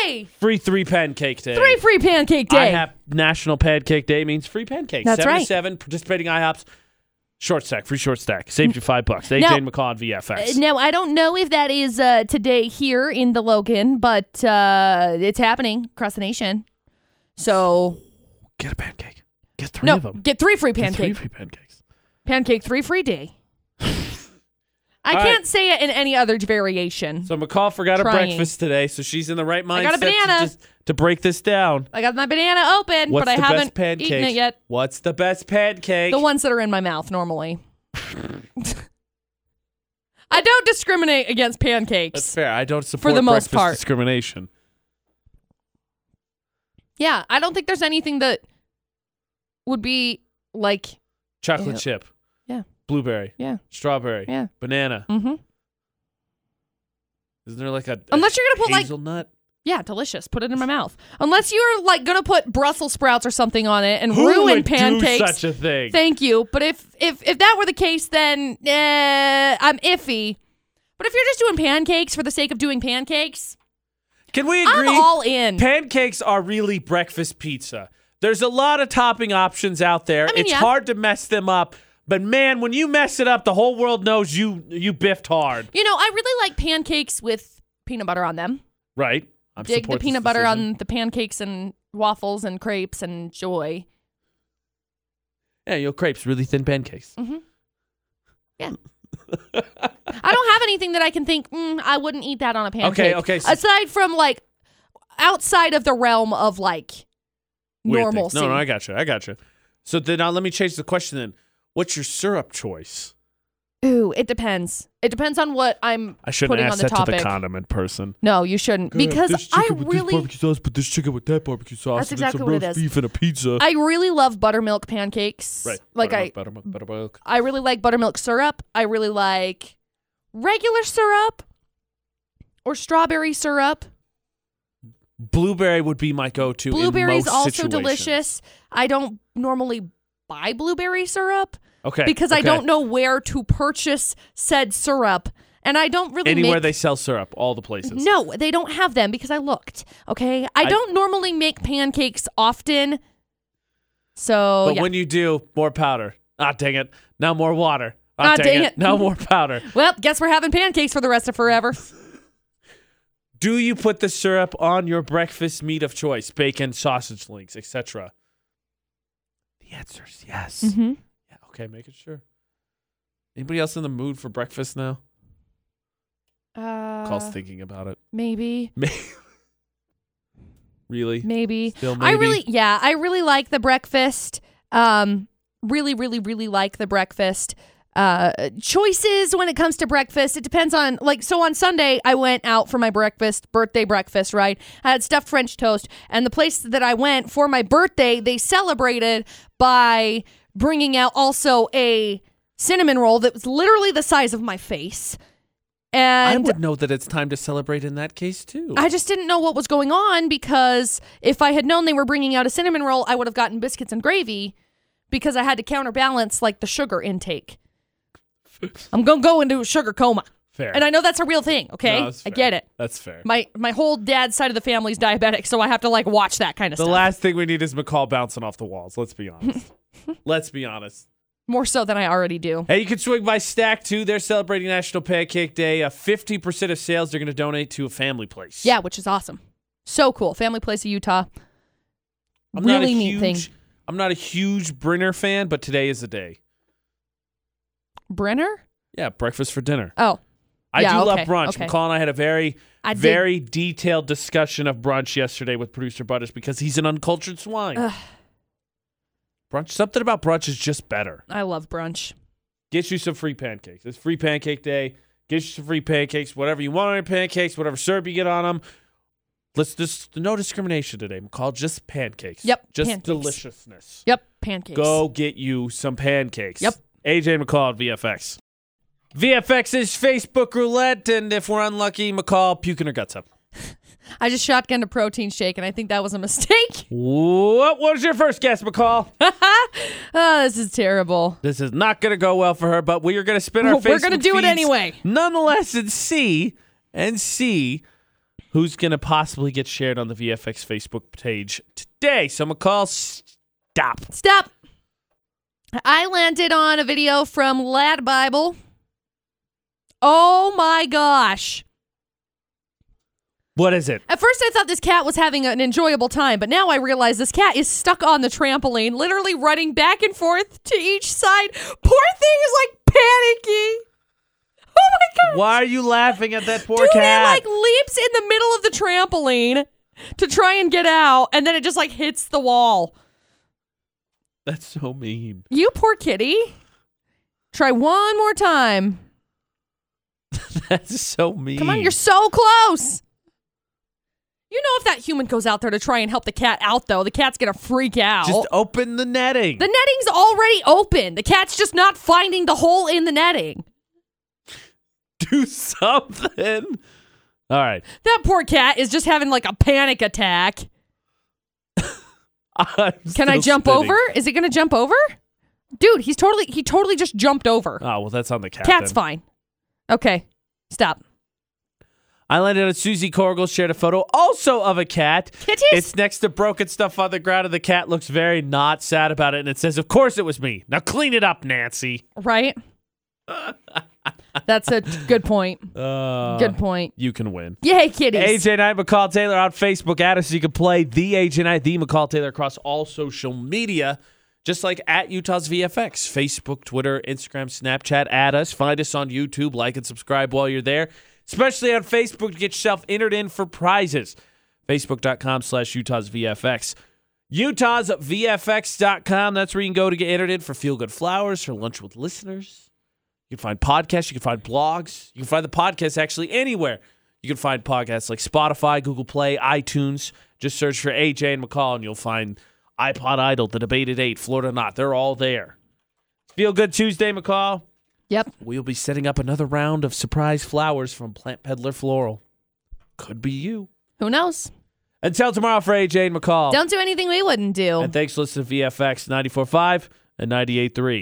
Speaker 2: today.
Speaker 1: Free three pancake day.
Speaker 2: Three free pancake
Speaker 1: I
Speaker 2: day.
Speaker 1: have National Pancake Day means free pancakes.
Speaker 2: That's right.
Speaker 1: 77 participating IHOPs. Short stack, free short stack. Saved you five bucks. AJ
Speaker 2: Now-
Speaker 1: and McCall on VFX.
Speaker 2: Uh, Now, I don't know if that is uh, today here in the Logan, but uh, it's happening across the nation. So,
Speaker 1: Get a pancake. Get three
Speaker 2: no,
Speaker 1: of them.
Speaker 2: get three free
Speaker 1: Get three
Speaker 2: pancakes.
Speaker 1: free pancakes.
Speaker 2: Pancake three
Speaker 1: *laughs*
Speaker 2: free day. I
Speaker 1: All right.
Speaker 2: can't say it in any other variation.
Speaker 1: So McCall forgot her
Speaker 2: Trying.
Speaker 1: breakfast today, so she's in the right mindset
Speaker 2: got a banana.
Speaker 1: To, just, to break this down.
Speaker 2: I got my banana open,
Speaker 1: What's
Speaker 2: but I
Speaker 1: the best
Speaker 2: haven't
Speaker 1: pancake?
Speaker 2: eaten it yet.
Speaker 1: What's the best pancake?
Speaker 2: The ones that are in my mouth normally. *laughs* I don't discriminate against
Speaker 1: That's
Speaker 2: pancakes.
Speaker 1: fair. I don't support
Speaker 2: the most
Speaker 1: breakfast
Speaker 2: part.
Speaker 1: discrimination.
Speaker 2: Yeah, I don't think there's anything that would be like,
Speaker 1: Chocolate
Speaker 2: Ew.
Speaker 1: chip,
Speaker 2: yeah,
Speaker 1: blueberry,
Speaker 2: yeah,
Speaker 1: strawberry,
Speaker 2: Yeah.
Speaker 1: banana.
Speaker 2: mm hmm.
Speaker 1: Isn't there like a
Speaker 2: Unless you're gonna put, like-
Speaker 1: hazelnut?
Speaker 2: Yeah, delicious. Put it in my mouth. Unless you're like gonna put Brussels sprouts or something on it and
Speaker 1: Who
Speaker 2: ruin
Speaker 1: would do
Speaker 2: pancakes.
Speaker 1: such a thing?
Speaker 2: Thank you. But if if if that were the case, then eh, I'm iffy. But if you're just doing pancakes for the sake of doing pancakes,
Speaker 1: Can we
Speaker 2: I'm
Speaker 1: agree?
Speaker 2: all in.
Speaker 1: Pancakes are really breakfast pizza. There's a lot of topping options out there.
Speaker 2: mean,
Speaker 1: it's
Speaker 2: yeah.
Speaker 1: hard to mess them up, but man, when you mess it up, the whole world knows you you biffed hard,
Speaker 2: you know, I really like pancakes with peanut butter on them.
Speaker 1: right? I
Speaker 2: Dig the
Speaker 1: support this
Speaker 2: peanut butter
Speaker 1: decision.
Speaker 2: on the pancakes and waffles and crepes and joy.
Speaker 1: Yeah, your crepes, really thin pancakes.
Speaker 2: Mm-hmm. I don't have anything that I can think. Mm, I wouldn't eat that on a pancake.
Speaker 1: okay, so-
Speaker 2: Aside from like outside of the realm of like
Speaker 1: Weird things.
Speaker 2: normalcy.
Speaker 1: No, no, I got you. I got you. So then now let me change the question. Then, what's your syrup choice?
Speaker 2: Ooh, it depends. It depends on what I'm
Speaker 1: I shouldn't
Speaker 2: putting
Speaker 1: ask
Speaker 2: on the
Speaker 1: that
Speaker 2: topic.
Speaker 1: to the condiment person.
Speaker 2: no, you shouldn't because
Speaker 1: this
Speaker 2: I
Speaker 1: chicken with this
Speaker 2: really,
Speaker 1: barbecue sauce, but this chicken with that barbecue sauce.
Speaker 2: That's
Speaker 1: and
Speaker 2: exactly
Speaker 1: it's a
Speaker 2: what it
Speaker 1: roast
Speaker 2: is.
Speaker 1: Beef and a pizza.
Speaker 2: I really love buttermilk pancakes.
Speaker 1: right.
Speaker 2: Like I,
Speaker 1: buttermilk, buttermilk, buttermilk.
Speaker 2: I really like buttermilk syrup. I really like regular syrup or strawberry syrup.
Speaker 1: Blueberry would be my go-to. in
Speaker 2: Blueberries
Speaker 1: most
Speaker 2: also
Speaker 1: situations.
Speaker 2: delicious. I don't normally buy blueberry syrup.
Speaker 1: Okay.
Speaker 2: because I
Speaker 1: okay.
Speaker 2: don't know where to purchase said syrup, and I don't really
Speaker 1: anywhere
Speaker 2: make-
Speaker 1: they sell syrup. All the places.
Speaker 2: No, they don't have them because I looked. Okay, I,
Speaker 1: I-
Speaker 2: don't normally make pancakes often, so
Speaker 1: but
Speaker 2: yeah.
Speaker 1: when you do, more powder. Ah, dang it! Now more water. Ah,
Speaker 2: Ah, dang
Speaker 1: it!
Speaker 2: it.
Speaker 1: Now more powder.
Speaker 2: well, guess we're having pancakes for the rest of forever.
Speaker 1: Do you put the syrup on your breakfast meat of choice? Bacon, sausage links, etc. The answer is yes.
Speaker 2: Mhm.
Speaker 1: Yeah, okay, making sure. Anybody else in the mood for breakfast now?
Speaker 2: Uh,
Speaker 1: Call's thinking about it. *laughs*
Speaker 2: maybe,
Speaker 1: really?
Speaker 2: maybe.
Speaker 1: Still
Speaker 2: I
Speaker 1: maybe?
Speaker 2: really, yeah, I really like the breakfast. Um, really, really, really like the breakfast. Uh, choices when it comes to breakfast. It depends on like. So on Sunday, I went out for my breakfast, birthday breakfast. Right, I had stuffed French toast, and the place that I went for my birthday, they celebrated by bringing out also a cinnamon roll that was literally the size of my face.
Speaker 1: I
Speaker 2: And
Speaker 1: would know that it's time to celebrate in that case too.
Speaker 2: I just didn't know what was going on because if I had known they were bringing out a cinnamon roll, I would have gotten biscuits and gravy because I had to counterbalance like the sugar intake. I'm gonna go into a sugar coma,
Speaker 1: fair.
Speaker 2: and I know that's a real thing. Okay,
Speaker 1: No, that's
Speaker 2: I
Speaker 1: fair.
Speaker 2: get it.
Speaker 1: That's fair.
Speaker 2: My my whole dad's side of the family's diabetic, so I have to like watch that kind of
Speaker 1: the
Speaker 2: stuff
Speaker 1: last thing we need is McCall bouncing off the walls. Let's be
Speaker 2: *laughs*
Speaker 1: honest. Let's be honest.
Speaker 2: more so than I already do.
Speaker 1: Hey, you can swing by Stack too. They're celebrating National Pancake Day. Uh, 50% of sales they're going to donate to a family place.
Speaker 2: Yeah, which is awesome. So cool. Family place of Utah.
Speaker 1: I'm not a
Speaker 2: really neat
Speaker 1: huge,
Speaker 2: thing.
Speaker 1: I'm not a huge Brenner fan, but today is the day.
Speaker 2: Brenner.
Speaker 1: Yeah, breakfast for dinner.
Speaker 2: Oh,
Speaker 1: I
Speaker 2: Yeah,
Speaker 1: do love
Speaker 2: okay,
Speaker 1: brunch.
Speaker 2: okay.
Speaker 1: McCall and I had a very,
Speaker 2: I did-
Speaker 1: very detailed discussion of brunch yesterday with producer Butters because he's an uncultured swine.
Speaker 2: Ugh.
Speaker 1: Brunch, something about brunch is just better.
Speaker 2: I love brunch.
Speaker 1: Get you some free pancakes. It's free pancake day. Get you some free pancakes, whatever you want on your pancakes, whatever syrup you get on them. Let's just no discrimination today. McCall, just pancakes.
Speaker 2: Yep,
Speaker 1: Just
Speaker 2: pancakes.
Speaker 1: deliciousness.
Speaker 2: Yep, pancakes.
Speaker 1: Go get you some pancakes.
Speaker 2: Yep.
Speaker 1: AJ McCall at VFX. VFX is Facebook roulette, and if we're unlucky, McCall puking her guts up.
Speaker 2: I just shotgunned a protein shake, and I think that was a *laughs* mistake.
Speaker 1: What was your first guess, McCall?
Speaker 2: oh, this is terrible.
Speaker 1: This is not going to go well for her, but we are going to spin our
Speaker 2: Well, we're
Speaker 1: Facebook
Speaker 2: gonna do it
Speaker 1: feeds
Speaker 2: anyway.
Speaker 1: Nonetheless, and see and see who's going to possibly get shared on the VFX Facebook page today. So McCall, stop.
Speaker 2: Stop. I landed on a video from Lad Bible. Oh my gosh.
Speaker 1: What is it?
Speaker 2: At first, I thought this cat was having an enjoyable time, but now I realize this cat is stuck on the trampoline, literally running back and forth to each side. Poor thing is like panicking. Oh my god!
Speaker 1: Why are you laughing at that poor
Speaker 2: Dude,
Speaker 1: cat?
Speaker 2: it like leaps in the middle of the trampoline to try and get out, and then it just like hits the wall.
Speaker 1: *laughs* That's so mean. *laughs*
Speaker 2: You poor kitty. Try one more time.
Speaker 1: That's so mean.
Speaker 2: Come on, you're so close. You know, if that human goes out there to try and help the cat out, though, the cat's gonna freak out.
Speaker 1: just uh, open the netting.
Speaker 2: the netting's already open. The cat's just not finding the hole in the netting.
Speaker 1: *laughs* Do something. All right. *laughs*
Speaker 2: That poor cat is just having like a panic attack.
Speaker 1: I'm
Speaker 2: Can
Speaker 1: still
Speaker 2: I jump
Speaker 1: spinning.
Speaker 2: over? Is it gonna jump over? Dude, he's totally he totally just jumped over.
Speaker 1: Oh well, that's on the cat.
Speaker 2: Cat's
Speaker 1: then.
Speaker 2: fine. Okay. Stop.
Speaker 1: I landed on Susie Corgel shared a photo also of a cat.
Speaker 2: Kitties?
Speaker 1: It's next to broken stuff on the ground, and the cat looks very not sad about it. And it says, "Of course it was me. Now clean it up, Nancy." *laughs*
Speaker 2: Right? That's a good point.
Speaker 1: Uh,
Speaker 2: Good point.
Speaker 1: You can win.
Speaker 2: Yay, kitties.
Speaker 1: AJ Knight, McCall Taylor on Facebook at us. You can play the AJ Knight, the McCall Taylor across all social media, just like at Utah's VFX, Facebook, Twitter, Instagram, Snapchat. At us, find us on YouTube, like and subscribe while you're there. Especially on Facebook, to get yourself entered in for prizes. Facebook.com slash Utah's VFX. Utah's VFX.com. That's where you can go to get entered in for Feel Good Flowers, for lunch with listeners. You can find podcasts. You can find blogs. You can find the podcast actually anywhere. You can find podcasts like Spotify, Google Play, iTunes. Just search for AJ and McCall, and you'll find iPod Idol, The Debated Eight, Florida Not. They're all there. Feel good Tuesday, McCall.
Speaker 2: Yep.
Speaker 1: We'll be setting up another round of surprise flowers from Plant Peddler Floral. Could be you.
Speaker 2: Who knows?
Speaker 1: Until tomorrow for AJ and McCall.
Speaker 2: Don't do anything we wouldn't do.
Speaker 1: And thanks for listening to VFX 94.5 and 98.3.